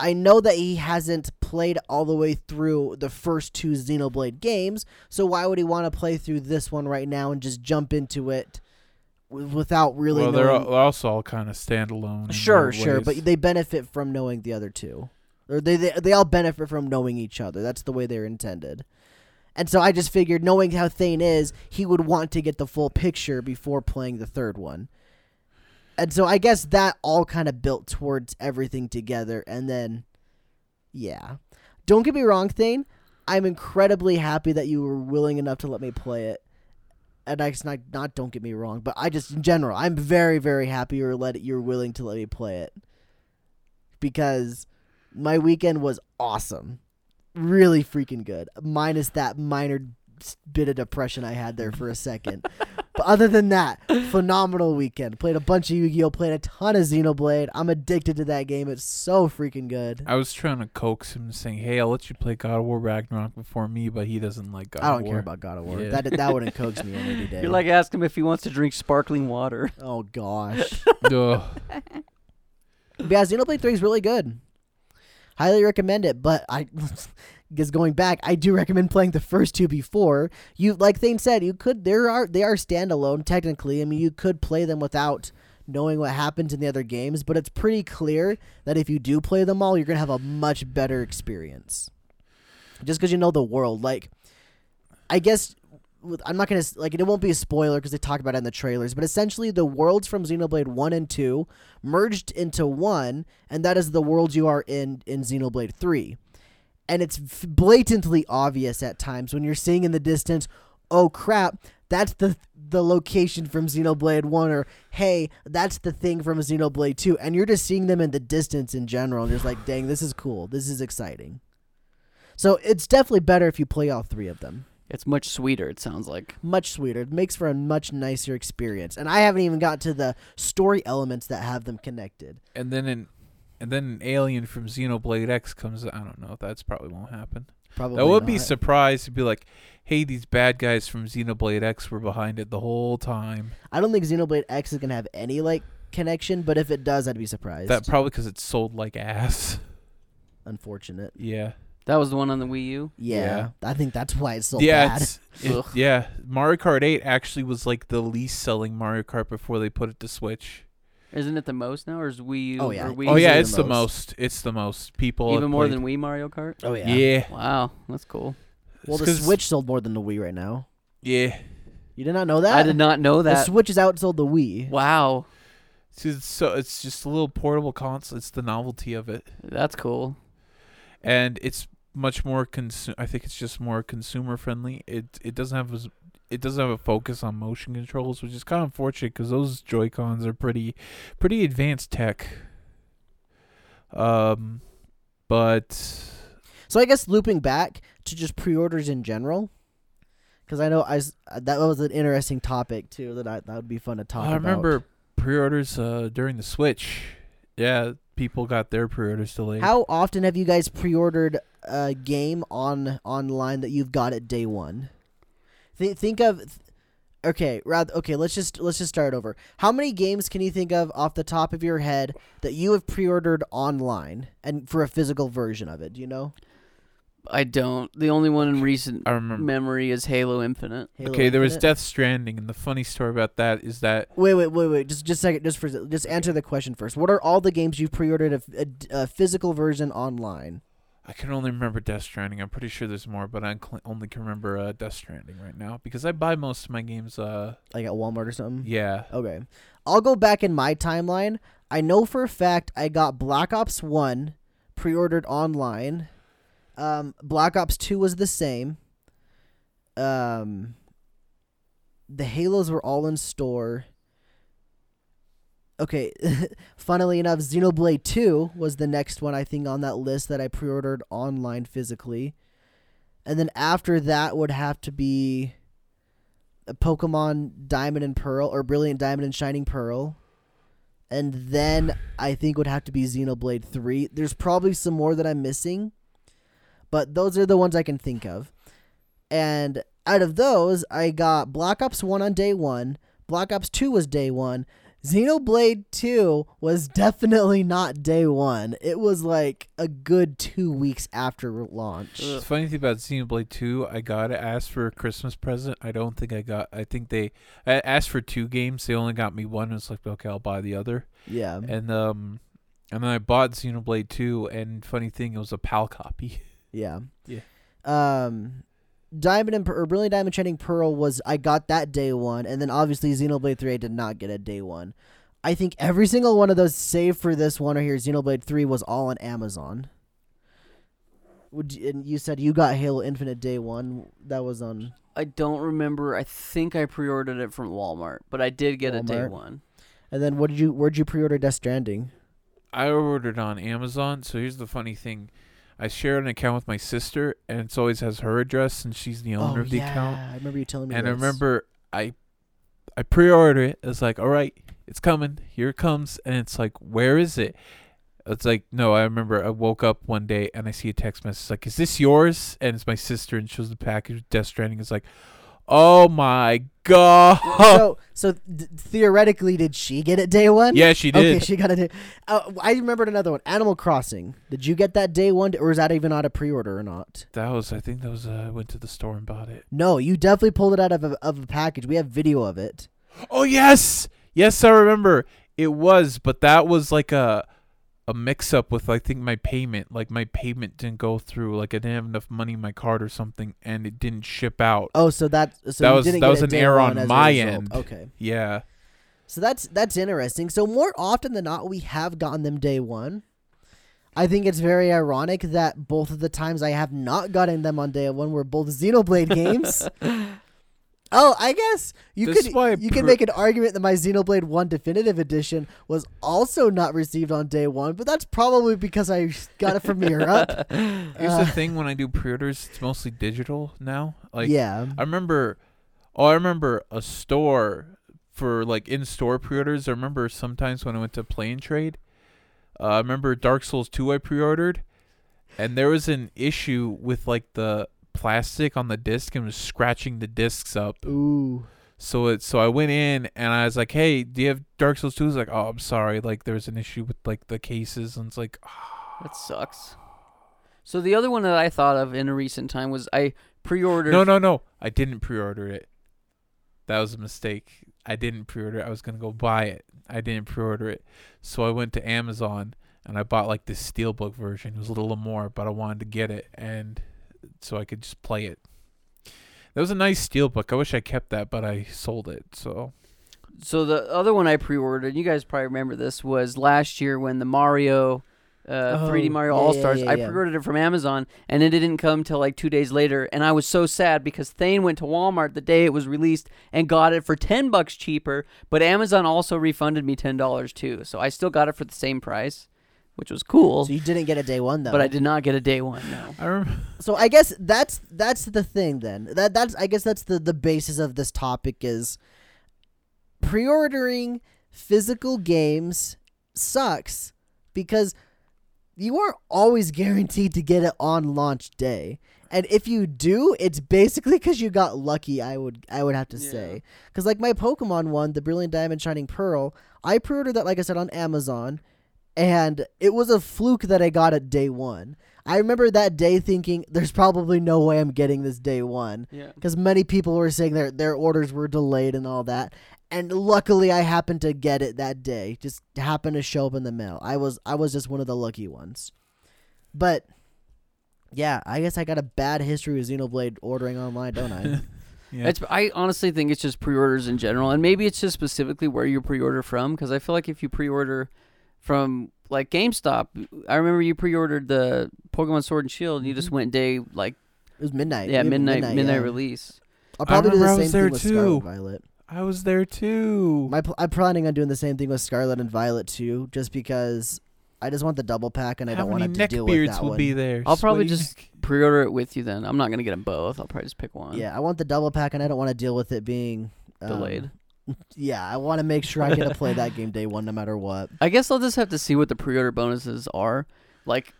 Speaker 1: I know that he hasn't played all the way through the first two Xenoblade games, so why would he want to play through this one right now and just jump into it w- without really?
Speaker 3: well, they're,
Speaker 1: knowing-
Speaker 3: all, they're also all kind of standalone. in
Speaker 1: Sure,
Speaker 3: their
Speaker 1: sure,
Speaker 3: ways.
Speaker 1: but they benefit from knowing the other two, or they, they they all benefit from knowing each other. That's the way they're intended. And so I just figured, knowing how Thane is, he would want to get the full picture before playing the third one. And so I guess that all kind of built towards everything together, and then, yeah, don't get me wrong, Thane, I'm incredibly happy that you were willing enough to let me play it and I not not don't get me wrong, but I just in general, I'm very very happy you're let you're willing to let me play it because my weekend was awesome, really freaking good. Minus that minor s- bit of depression I had there for a second. but other than that, phenomenal weekend. Played a bunch of Yu Gi Oh! Played a ton of Xenoblade. I'm addicted to that game. It's so freaking good.
Speaker 3: I was trying to coax him, saying, "Hey, I'll let you play God of War Ragnarok before me," but he doesn't like God
Speaker 1: I
Speaker 3: of
Speaker 1: don't
Speaker 3: War.
Speaker 1: care about God of War.
Speaker 3: Yeah.
Speaker 1: That that wouldn't coax me in any day.
Speaker 2: You're like ask him if he wants to drink sparkling water.
Speaker 1: oh gosh.
Speaker 3: Ugh.
Speaker 1: But yeah, Xenoblade 3 is really good. Highly recommend it, but I because going back, I do recommend playing the first two before. You like Thane said, you could there are they are standalone technically. I mean you could play them without knowing what happens in the other games, but it's pretty clear that if you do play them all, you're gonna have a much better experience. Just because you know the world. Like I guess with- I'm not gonna s- like it won't be a spoiler because they talk about it in the trailers, but essentially the worlds from Xenoblade One and Two merged into one, and that is the world you are in in Xenoblade Three, and it's f- blatantly obvious at times when you're seeing in the distance, oh crap, that's the the location from Xenoblade One, or hey, that's the thing from Xenoblade Two, and you're just seeing them in the distance in general, and just like, dang, this is cool, this is exciting. So it's definitely better if you play all three of them
Speaker 2: It's much sweeter. It sounds like.
Speaker 1: much sweeter. It makes for a much nicer experience. And I haven't even got to the story elements that have them connected.
Speaker 3: And then an, and then an alien from Xenoblade X comes. I don't know. That's probably won't happen.
Speaker 1: Probably
Speaker 3: I would be
Speaker 1: not.
Speaker 3: surprised to be like, "Hey, these bad guys from Xenoblade X were behind it the whole time."
Speaker 1: I don't think Xenoblade X is gonna have any like connection, but if it does, I'd be surprised.
Speaker 3: That probably because it's sold like ass.
Speaker 1: Unfortunate.
Speaker 3: Yeah.
Speaker 2: That was the one on the Wii U.
Speaker 1: Yeah, I think that's why it's so
Speaker 3: yeah.
Speaker 1: bad.
Speaker 3: It's, it-
Speaker 2: Ugh.
Speaker 3: yeah. Mario Kart 8 actually was like the least selling Mario Kart before they put it to Switch.
Speaker 2: Isn't it the most now, or is Wii U?
Speaker 1: Oh, yeah.
Speaker 2: Or Wii
Speaker 3: oh
Speaker 1: Easily
Speaker 2: U
Speaker 3: yeah,
Speaker 1: the
Speaker 3: it's the most.
Speaker 1: most.
Speaker 3: It's the most people. have
Speaker 2: Even more
Speaker 3: played.
Speaker 2: than Wii Mario Kart.
Speaker 1: oh yeah.
Speaker 3: Yeah. yeah.
Speaker 2: Wow, that's cool.
Speaker 1: Well, the
Speaker 3: 'cause-
Speaker 1: Switch sold more than the Wii right now.
Speaker 3: Yeah.
Speaker 1: You did not know that?
Speaker 2: I did not know
Speaker 1: The
Speaker 2: that.
Speaker 1: Switch has outsold the Wii.
Speaker 2: wow,
Speaker 3: See, It's so it's just a little portable console. It's the novelty of it,
Speaker 2: that's cool.
Speaker 3: and it's much more consu- I think it's just more consumer friendly. It it doesn't have as it doesn't have a focus on motion controls, which is kind of unfortunate because those Joy Cons are pretty pretty advanced tech. Um, but
Speaker 1: So I guess looping back to just pre-orders in general, because I know I s- that was an interesting topic too that I, that would be fun to talk.
Speaker 3: I
Speaker 1: about.
Speaker 3: remember pre-orders uh during the Switch. Yeah, people got their pre-orders delayed.
Speaker 1: How often have you guys pre-ordered a game on online that you've got at day one? Th- think of, th- okay, rather okay. Let's just let's just start over. How many games can you think of off the top of your head that you have pre-ordered online and for a physical version of it? Do you know?
Speaker 2: I don't. The only one in recent
Speaker 3: I remember.
Speaker 2: memory is Halo Infinite.
Speaker 1: Halo
Speaker 3: okay, there was
Speaker 1: Infinite?
Speaker 3: Death Stranding, and the funny story about that is that
Speaker 1: Wait, wait, wait, wait. Just just a second. Just for just answer the question first. What are all the games you've pre-ordered a, a, a physical version online?
Speaker 3: I can only remember Death Stranding. I'm pretty sure there's more, but I cl- only can remember uh, Death Stranding right now because I buy most of my games. Uh,
Speaker 1: Like at Walmart or something?
Speaker 3: yeah,
Speaker 1: Okay. I'll go back in my timeline. I know for a fact I got Black Ops 1 pre ordered online. Um, Black Ops 2 was the same. Um, the Halos were all in store. Okay, funnily enough, Xenoblade 2 was the next one I think on that list that I pre ordered online physically. And then after that would have to be. Pokemon Diamond and Pearl or Brilliant Diamond and Shining Pearl. And then I think would have to be Xenoblade 3. There's probably some more that I'm missing, but those are the ones I can think of. And out of those, I got Black Ops 1 on day 1, Black Ops 2 was day 1, Xenoblade 2 was definitely not day 1. It was like a good 2 weeks after launch.
Speaker 3: The funny thing about Xenoblade Two, I got it asked for a Christmas present. I don't think I got. I think they I asked for two games. They only got me one. It's like okay, I'll buy the other.
Speaker 1: Yeah.
Speaker 3: And um, and then I bought Xenoblade Two. And funny thing, it was a PAL copy.
Speaker 1: Yeah.
Speaker 3: Yeah.
Speaker 1: Um, Diamond and Per- or Brilliant Diamond Shining Pearl was I got that day one, and then obviously Xenoblade Three I did not get a day one. I think every single one of those, save for this one right here, Xenoblade Three, was all on Amazon. Would you, and you said you got Halo Infinite day one? That was on.
Speaker 2: I don't remember. I think I pre-ordered it from Walmart, but I did get a day
Speaker 1: Walmart.
Speaker 2: one.
Speaker 1: And then what did you? Where'd you pre-order Death Stranding?
Speaker 3: I ordered on Amazon. So here's the funny thing. I share an account with my sister, and it's always has her address, and she's the owner
Speaker 1: oh
Speaker 3: of the
Speaker 1: yeah,
Speaker 3: account.
Speaker 1: I remember you telling me.
Speaker 3: And I
Speaker 1: this.
Speaker 3: remember I I pre-ordered it. It's like, all right, it's coming. Here it comes. And it's like, where is it? It's like, no, I remember I woke up one day and I see a text message like, is this yours? And it's my sister and shows the package. Death Stranding is like, oh my god.
Speaker 1: So, so th- theoretically, did she get it day one?
Speaker 3: yeah, she did.
Speaker 1: Okay, she got it. day- Uh, I remembered another one. Animal Crossing. Did you get that day one, or is that even on a pre-order or not?
Speaker 3: that was, I think that was, uh, I went to the store and bought it.
Speaker 1: No, you definitely pulled it out of a, of a package. We have video of it.
Speaker 3: Oh yes, yes, I remember. It was, but that was like a a mix up with I think my payment. Like my payment didn't go through. Like I didn't have enough money in my card or something, and it didn't ship out.
Speaker 1: Oh, so that so
Speaker 3: That
Speaker 1: you
Speaker 3: was-
Speaker 1: didn't
Speaker 3: that
Speaker 1: get
Speaker 3: was
Speaker 1: it
Speaker 3: an
Speaker 1: day
Speaker 3: error
Speaker 1: one
Speaker 3: on
Speaker 1: as a
Speaker 3: my
Speaker 1: result.
Speaker 3: end.
Speaker 1: Okay,
Speaker 3: Yeah,
Speaker 1: so that's that's interesting. So more often than not, we have gotten them day one. I think it's very ironic that both of the times I have not gotten them on day one were both Xenoblade games. Oh, I guess you
Speaker 3: This is
Speaker 1: could
Speaker 3: why I
Speaker 1: you could
Speaker 3: pr-
Speaker 1: make an argument that my Xenoblade One Definitive Edition was also not received on day one, but that's probably because I got it from Europe.
Speaker 3: here's
Speaker 1: Uh,
Speaker 3: the thing: when I do pre-orders, it's mostly digital now. Like
Speaker 1: yeah,
Speaker 3: I remember, oh, I remember a store for like in-store pre-orders. I remember sometimes when I went to Play and Trade. Uh, I remember Dark Souls Two I pre-ordered, and there was an issue with like the plastic on the disc and was scratching the discs up.
Speaker 1: ooh,
Speaker 3: So it so I went in and I was like, "Hey, do you have Dark Souls 2? He's like, "Oh, I'm sorry. Like there was an issue with like the cases." And it's like,
Speaker 2: That sucks. So the other one that I thought of in a recent time was I pre-ordered.
Speaker 3: "No, no, no. I didn't pre-order it. That was a mistake. I didn't pre-order it. I was going to go buy it. I didn't pre-order it. So I went to Amazon and I bought like this steelbook version. It was a little more, but I wanted to get it and so I could just play it. That was a nice steelbook. I wish I kept that, but I sold it. So
Speaker 2: So the other one I pre-ordered, you guys probably remember this, was last year when the Mario, uh,
Speaker 1: Oh,
Speaker 2: 3D Mario
Speaker 1: yeah, yeah,
Speaker 2: All Stars.
Speaker 1: yeah,
Speaker 2: I
Speaker 1: yeah.
Speaker 2: pre-ordered it from Amazon, and it didn't come till like two days later, and I was so sad because Thane went to Walmart the day it was released and got it for ten bucks cheaper, but Amazon also refunded me ten dollars too, so I still got it for the same price, which was cool.
Speaker 1: so you didn't get a day one though.
Speaker 2: But I did not get a day one. No.
Speaker 3: I remember
Speaker 1: so I guess that's that's the thing then. That that's I guess that's the the basis of this topic is pre-ordering physical games sucks because you aren't always guaranteed to get it on launch day. And if you do, it's basically cuz you got lucky, I would I would have to
Speaker 2: Yeah.
Speaker 1: say. Cuz like my Pokemon one, the Brilliant Diamond Shining Pearl, I pre-ordered that like I said on Amazon and it was a fluke that I got it day 1. I remember that day thinking there's probably no way I'm getting this day 1
Speaker 2: Yeah.
Speaker 1: because many people were saying their their orders were delayed and all that. And luckily, I happened to get it that day. Just happened to show up in the mail. I was I was just one of the lucky ones. But yeah, I guess I got a bad history with Xenoblade ordering online, don't I?
Speaker 3: Yeah.
Speaker 2: It's, I honestly think it's just pre-orders in general, and maybe it's just specifically where you pre-order from. Because I feel like if you pre-order from like GameStop, I remember you pre-ordered the Pokemon Sword and Shield, and you just went day like
Speaker 1: It was midnight.
Speaker 2: yeah
Speaker 1: We-
Speaker 2: midnight midnight,
Speaker 1: yeah.
Speaker 2: release.
Speaker 1: I'll
Speaker 3: I
Speaker 1: probably do
Speaker 3: remember
Speaker 1: the
Speaker 3: I was
Speaker 1: same thing
Speaker 3: there
Speaker 1: with
Speaker 3: too.
Speaker 1: Scarlet Violet.
Speaker 3: I was there too.
Speaker 1: My pl- I'm planning on doing the same thing with Scarlet and Violet too, just because I just want the double pack and I
Speaker 3: How
Speaker 1: don't want to
Speaker 3: many
Speaker 1: have to deal with
Speaker 3: neckbeards
Speaker 1: that
Speaker 3: will
Speaker 1: one.
Speaker 3: be there?
Speaker 2: I'll probably
Speaker 3: Sweaty
Speaker 2: just
Speaker 3: neck-
Speaker 2: pre-order it with you. Then I'm not gonna get them both. I'll probably just pick one.
Speaker 1: Yeah, I want the double pack, and I don't want to deal with it being um,
Speaker 2: Delayed.
Speaker 1: Yeah, I want to make sure I get to play that game day one, no matter what.
Speaker 2: I guess I'll just have to see what the pre-order bonuses are. Like,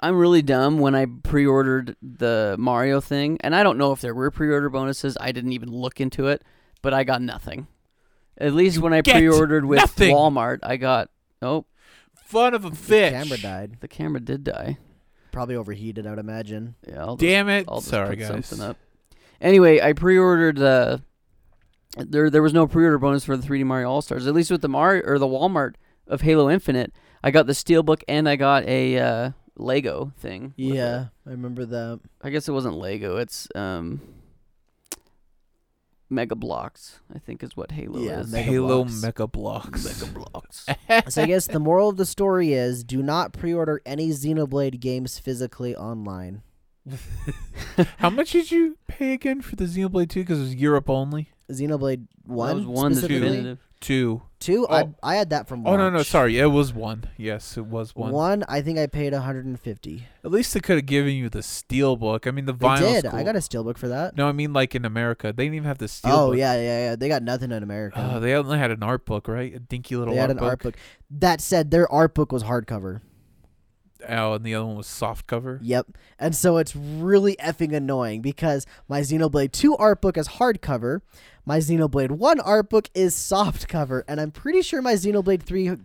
Speaker 2: I'm really dumb when I pre-ordered the Mario thing, and I don't know if there were pre-order bonuses. I didn't even look into it, but I got nothing. At least when I
Speaker 3: get
Speaker 2: pre-ordered with
Speaker 3: nothing.
Speaker 2: Walmart, I got. Oh,
Speaker 3: fun of a
Speaker 1: The
Speaker 3: fish.
Speaker 1: camera died,
Speaker 2: the camera did die.
Speaker 1: probably overheated, I would imagine.
Speaker 2: Yeah, I'll just,
Speaker 3: Damn it!
Speaker 2: I'll just
Speaker 3: Sorry,
Speaker 2: put
Speaker 3: guys.
Speaker 2: something up. Anyway, I pre-ordered the. There, there was no pre-order bonus for the 3D Mario All Stars. At least with the Mario or the Walmart of Halo Infinite, I got the Steelbook and I got a uh, Lego thing. with it.
Speaker 1: Yeah, I remember that.
Speaker 2: I guess it wasn't Lego. It's um, Mega Blocks. I think is what Halo
Speaker 1: Yeah,
Speaker 2: is.
Speaker 1: Mega
Speaker 3: Halo
Speaker 1: blocks.
Speaker 3: Mecha Blocks.
Speaker 2: Mega Blocks.
Speaker 1: So I guess the moral of the story is: do not pre-order any Xenoblade games physically online.
Speaker 3: How much did you pay again for the Xenoblade 2? Because it was Europe only.
Speaker 1: Xenoblade
Speaker 2: That was
Speaker 1: One?
Speaker 2: one that's
Speaker 1: specifically?
Speaker 3: definitive.
Speaker 2: definitive.
Speaker 3: Two.
Speaker 1: Two? I,
Speaker 3: Oh.
Speaker 1: I had that from.
Speaker 3: Oh no no
Speaker 1: launch.
Speaker 3: sorry it was one. Yes it was one.
Speaker 1: One. I think I paid 150.
Speaker 3: At least they could have given you the steel book. I mean the
Speaker 1: They
Speaker 3: vinyl.
Speaker 1: did. I got a steelbook for that.
Speaker 3: No I mean like in America they didn't even have the steel.
Speaker 1: oh
Speaker 3: book.
Speaker 1: yeah, yeah, yeah. They got nothing in America.
Speaker 3: Uh, they only had an art book, right? A dinky little
Speaker 1: they had
Speaker 3: art,
Speaker 1: an
Speaker 3: book.
Speaker 1: art book. That said, their art book was hardcover.
Speaker 3: Oh, and the other one was soft cover.
Speaker 1: Yep. And so it's really effing annoying because my Xenoblade 2 art book is hardcover, my Xenoblade 1 art book is softcover, and I'm pretty sure my Xenoblade 3 uh,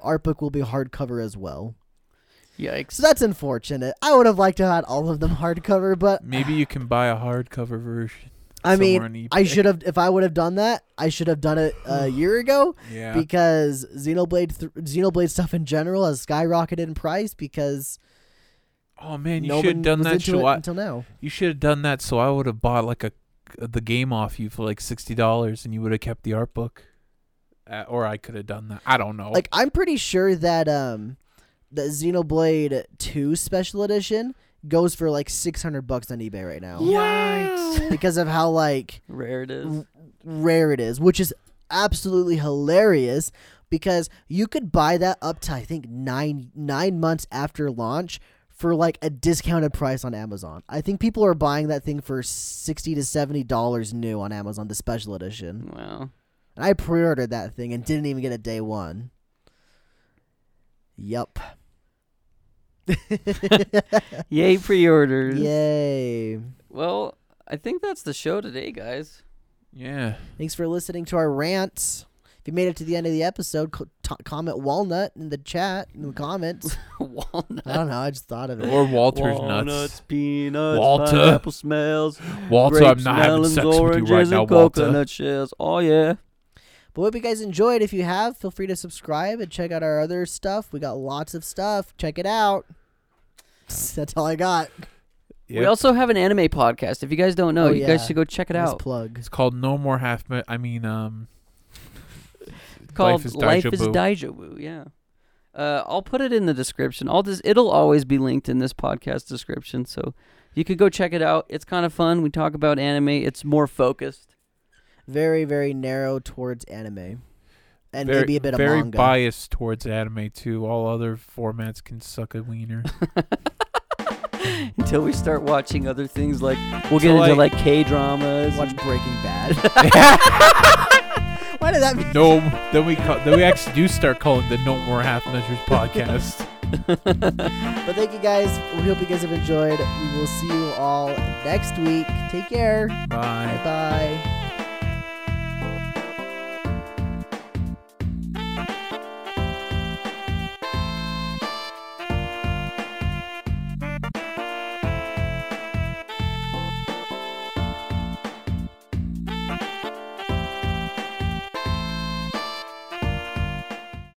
Speaker 1: art book will be hardcover as well.
Speaker 2: Yikes.
Speaker 1: So that's unfortunate. I would have liked to have had all of them hardcover, but
Speaker 3: Maybe you can buy a hardcover version.
Speaker 1: I mean,
Speaker 3: somewhere on
Speaker 1: I
Speaker 3: eBay.
Speaker 1: should have if I would have done that, I should have done it a year ago.
Speaker 3: Yeah.
Speaker 1: because Xenoblade th- Xenoblade stuff in general has skyrocketed in price because
Speaker 3: oh man, you
Speaker 1: no
Speaker 3: should
Speaker 1: one
Speaker 3: have done
Speaker 1: was
Speaker 3: that.
Speaker 1: into
Speaker 3: So
Speaker 1: it
Speaker 3: I,
Speaker 1: until now.
Speaker 3: you should have done that. So I would have bought like a the game off you for like sixty dollars, and you would have kept the art book. Uh, or I could have done that. I don't know.
Speaker 1: Like I'm pretty sure that um the Xenoblade 2 special edition goes for like 600 bucks on eBay right now
Speaker 2: Yikes.
Speaker 1: because of how like
Speaker 2: Rare it is.
Speaker 1: r- rare it is, which is absolutely hilarious because you could buy that up to I think 9 9 months after launch for like a discounted price on Amazon. I think people are buying that thing for 60 to 70 dollars new on Amazon the special edition.
Speaker 2: Wow.
Speaker 1: And I pre-ordered that thing and didn't even get a day one. Yup.
Speaker 2: Yay pre-orders.
Speaker 1: Yay.
Speaker 2: Well, I think that's the show today, guys.
Speaker 3: yeah.
Speaker 1: Thanks for listening to our rants. If you made it to the end of the episode, co- t- comment walnut in the chat in the comments. I
Speaker 2: Walnut.
Speaker 1: don't know. I just thought of it.
Speaker 3: Or Walter's nuts.
Speaker 2: Walnuts, peanuts,
Speaker 3: Walter.
Speaker 2: pineapple smells,
Speaker 3: Walter,
Speaker 2: grapes,
Speaker 3: I'm not having
Speaker 2: melons,
Speaker 3: sex with
Speaker 2: oranges,
Speaker 3: you right now,
Speaker 2: and
Speaker 3: Walter.
Speaker 2: coconut shells. Oh yeah.
Speaker 1: But hope you guys enjoyed. If you have, feel free to subscribe and check out our other stuff. We got lots of stuff. Check it out. That's all I got.
Speaker 3: Yep.
Speaker 2: We also have an anime podcast. If you guys don't know,
Speaker 1: Oh,
Speaker 2: you guys
Speaker 1: yeah.
Speaker 2: should go check it
Speaker 1: Nice
Speaker 2: out.
Speaker 1: plug.
Speaker 3: It's called No More Half. Me- I mean, um,
Speaker 2: It's called
Speaker 3: is
Speaker 2: Life is
Speaker 3: Daijobu.
Speaker 2: Daijobu. Yeah. Uh, I'll put it in the description. I'll just it'll always be linked in this podcast description, so you could go check it out. It's kind of fun. We talk about anime. It's more focused.
Speaker 1: Very, very narrow towards anime, and
Speaker 3: very,
Speaker 1: maybe a bit of
Speaker 3: very
Speaker 1: manga.
Speaker 3: biased towards anime too. All other formats can suck a wiener.
Speaker 2: Until we start watching other things like we'll
Speaker 3: So,
Speaker 2: get into
Speaker 3: like-
Speaker 2: like K dramas.
Speaker 1: Watch Breaking Bad. Why did that? Be-
Speaker 3: no, then we call, then we actually do start calling the No More Half Measures podcast.
Speaker 1: but thank you guys. We hope you guys have enjoyed. We will see you all next week. Take care.
Speaker 3: Bye.
Speaker 1: Bye bye.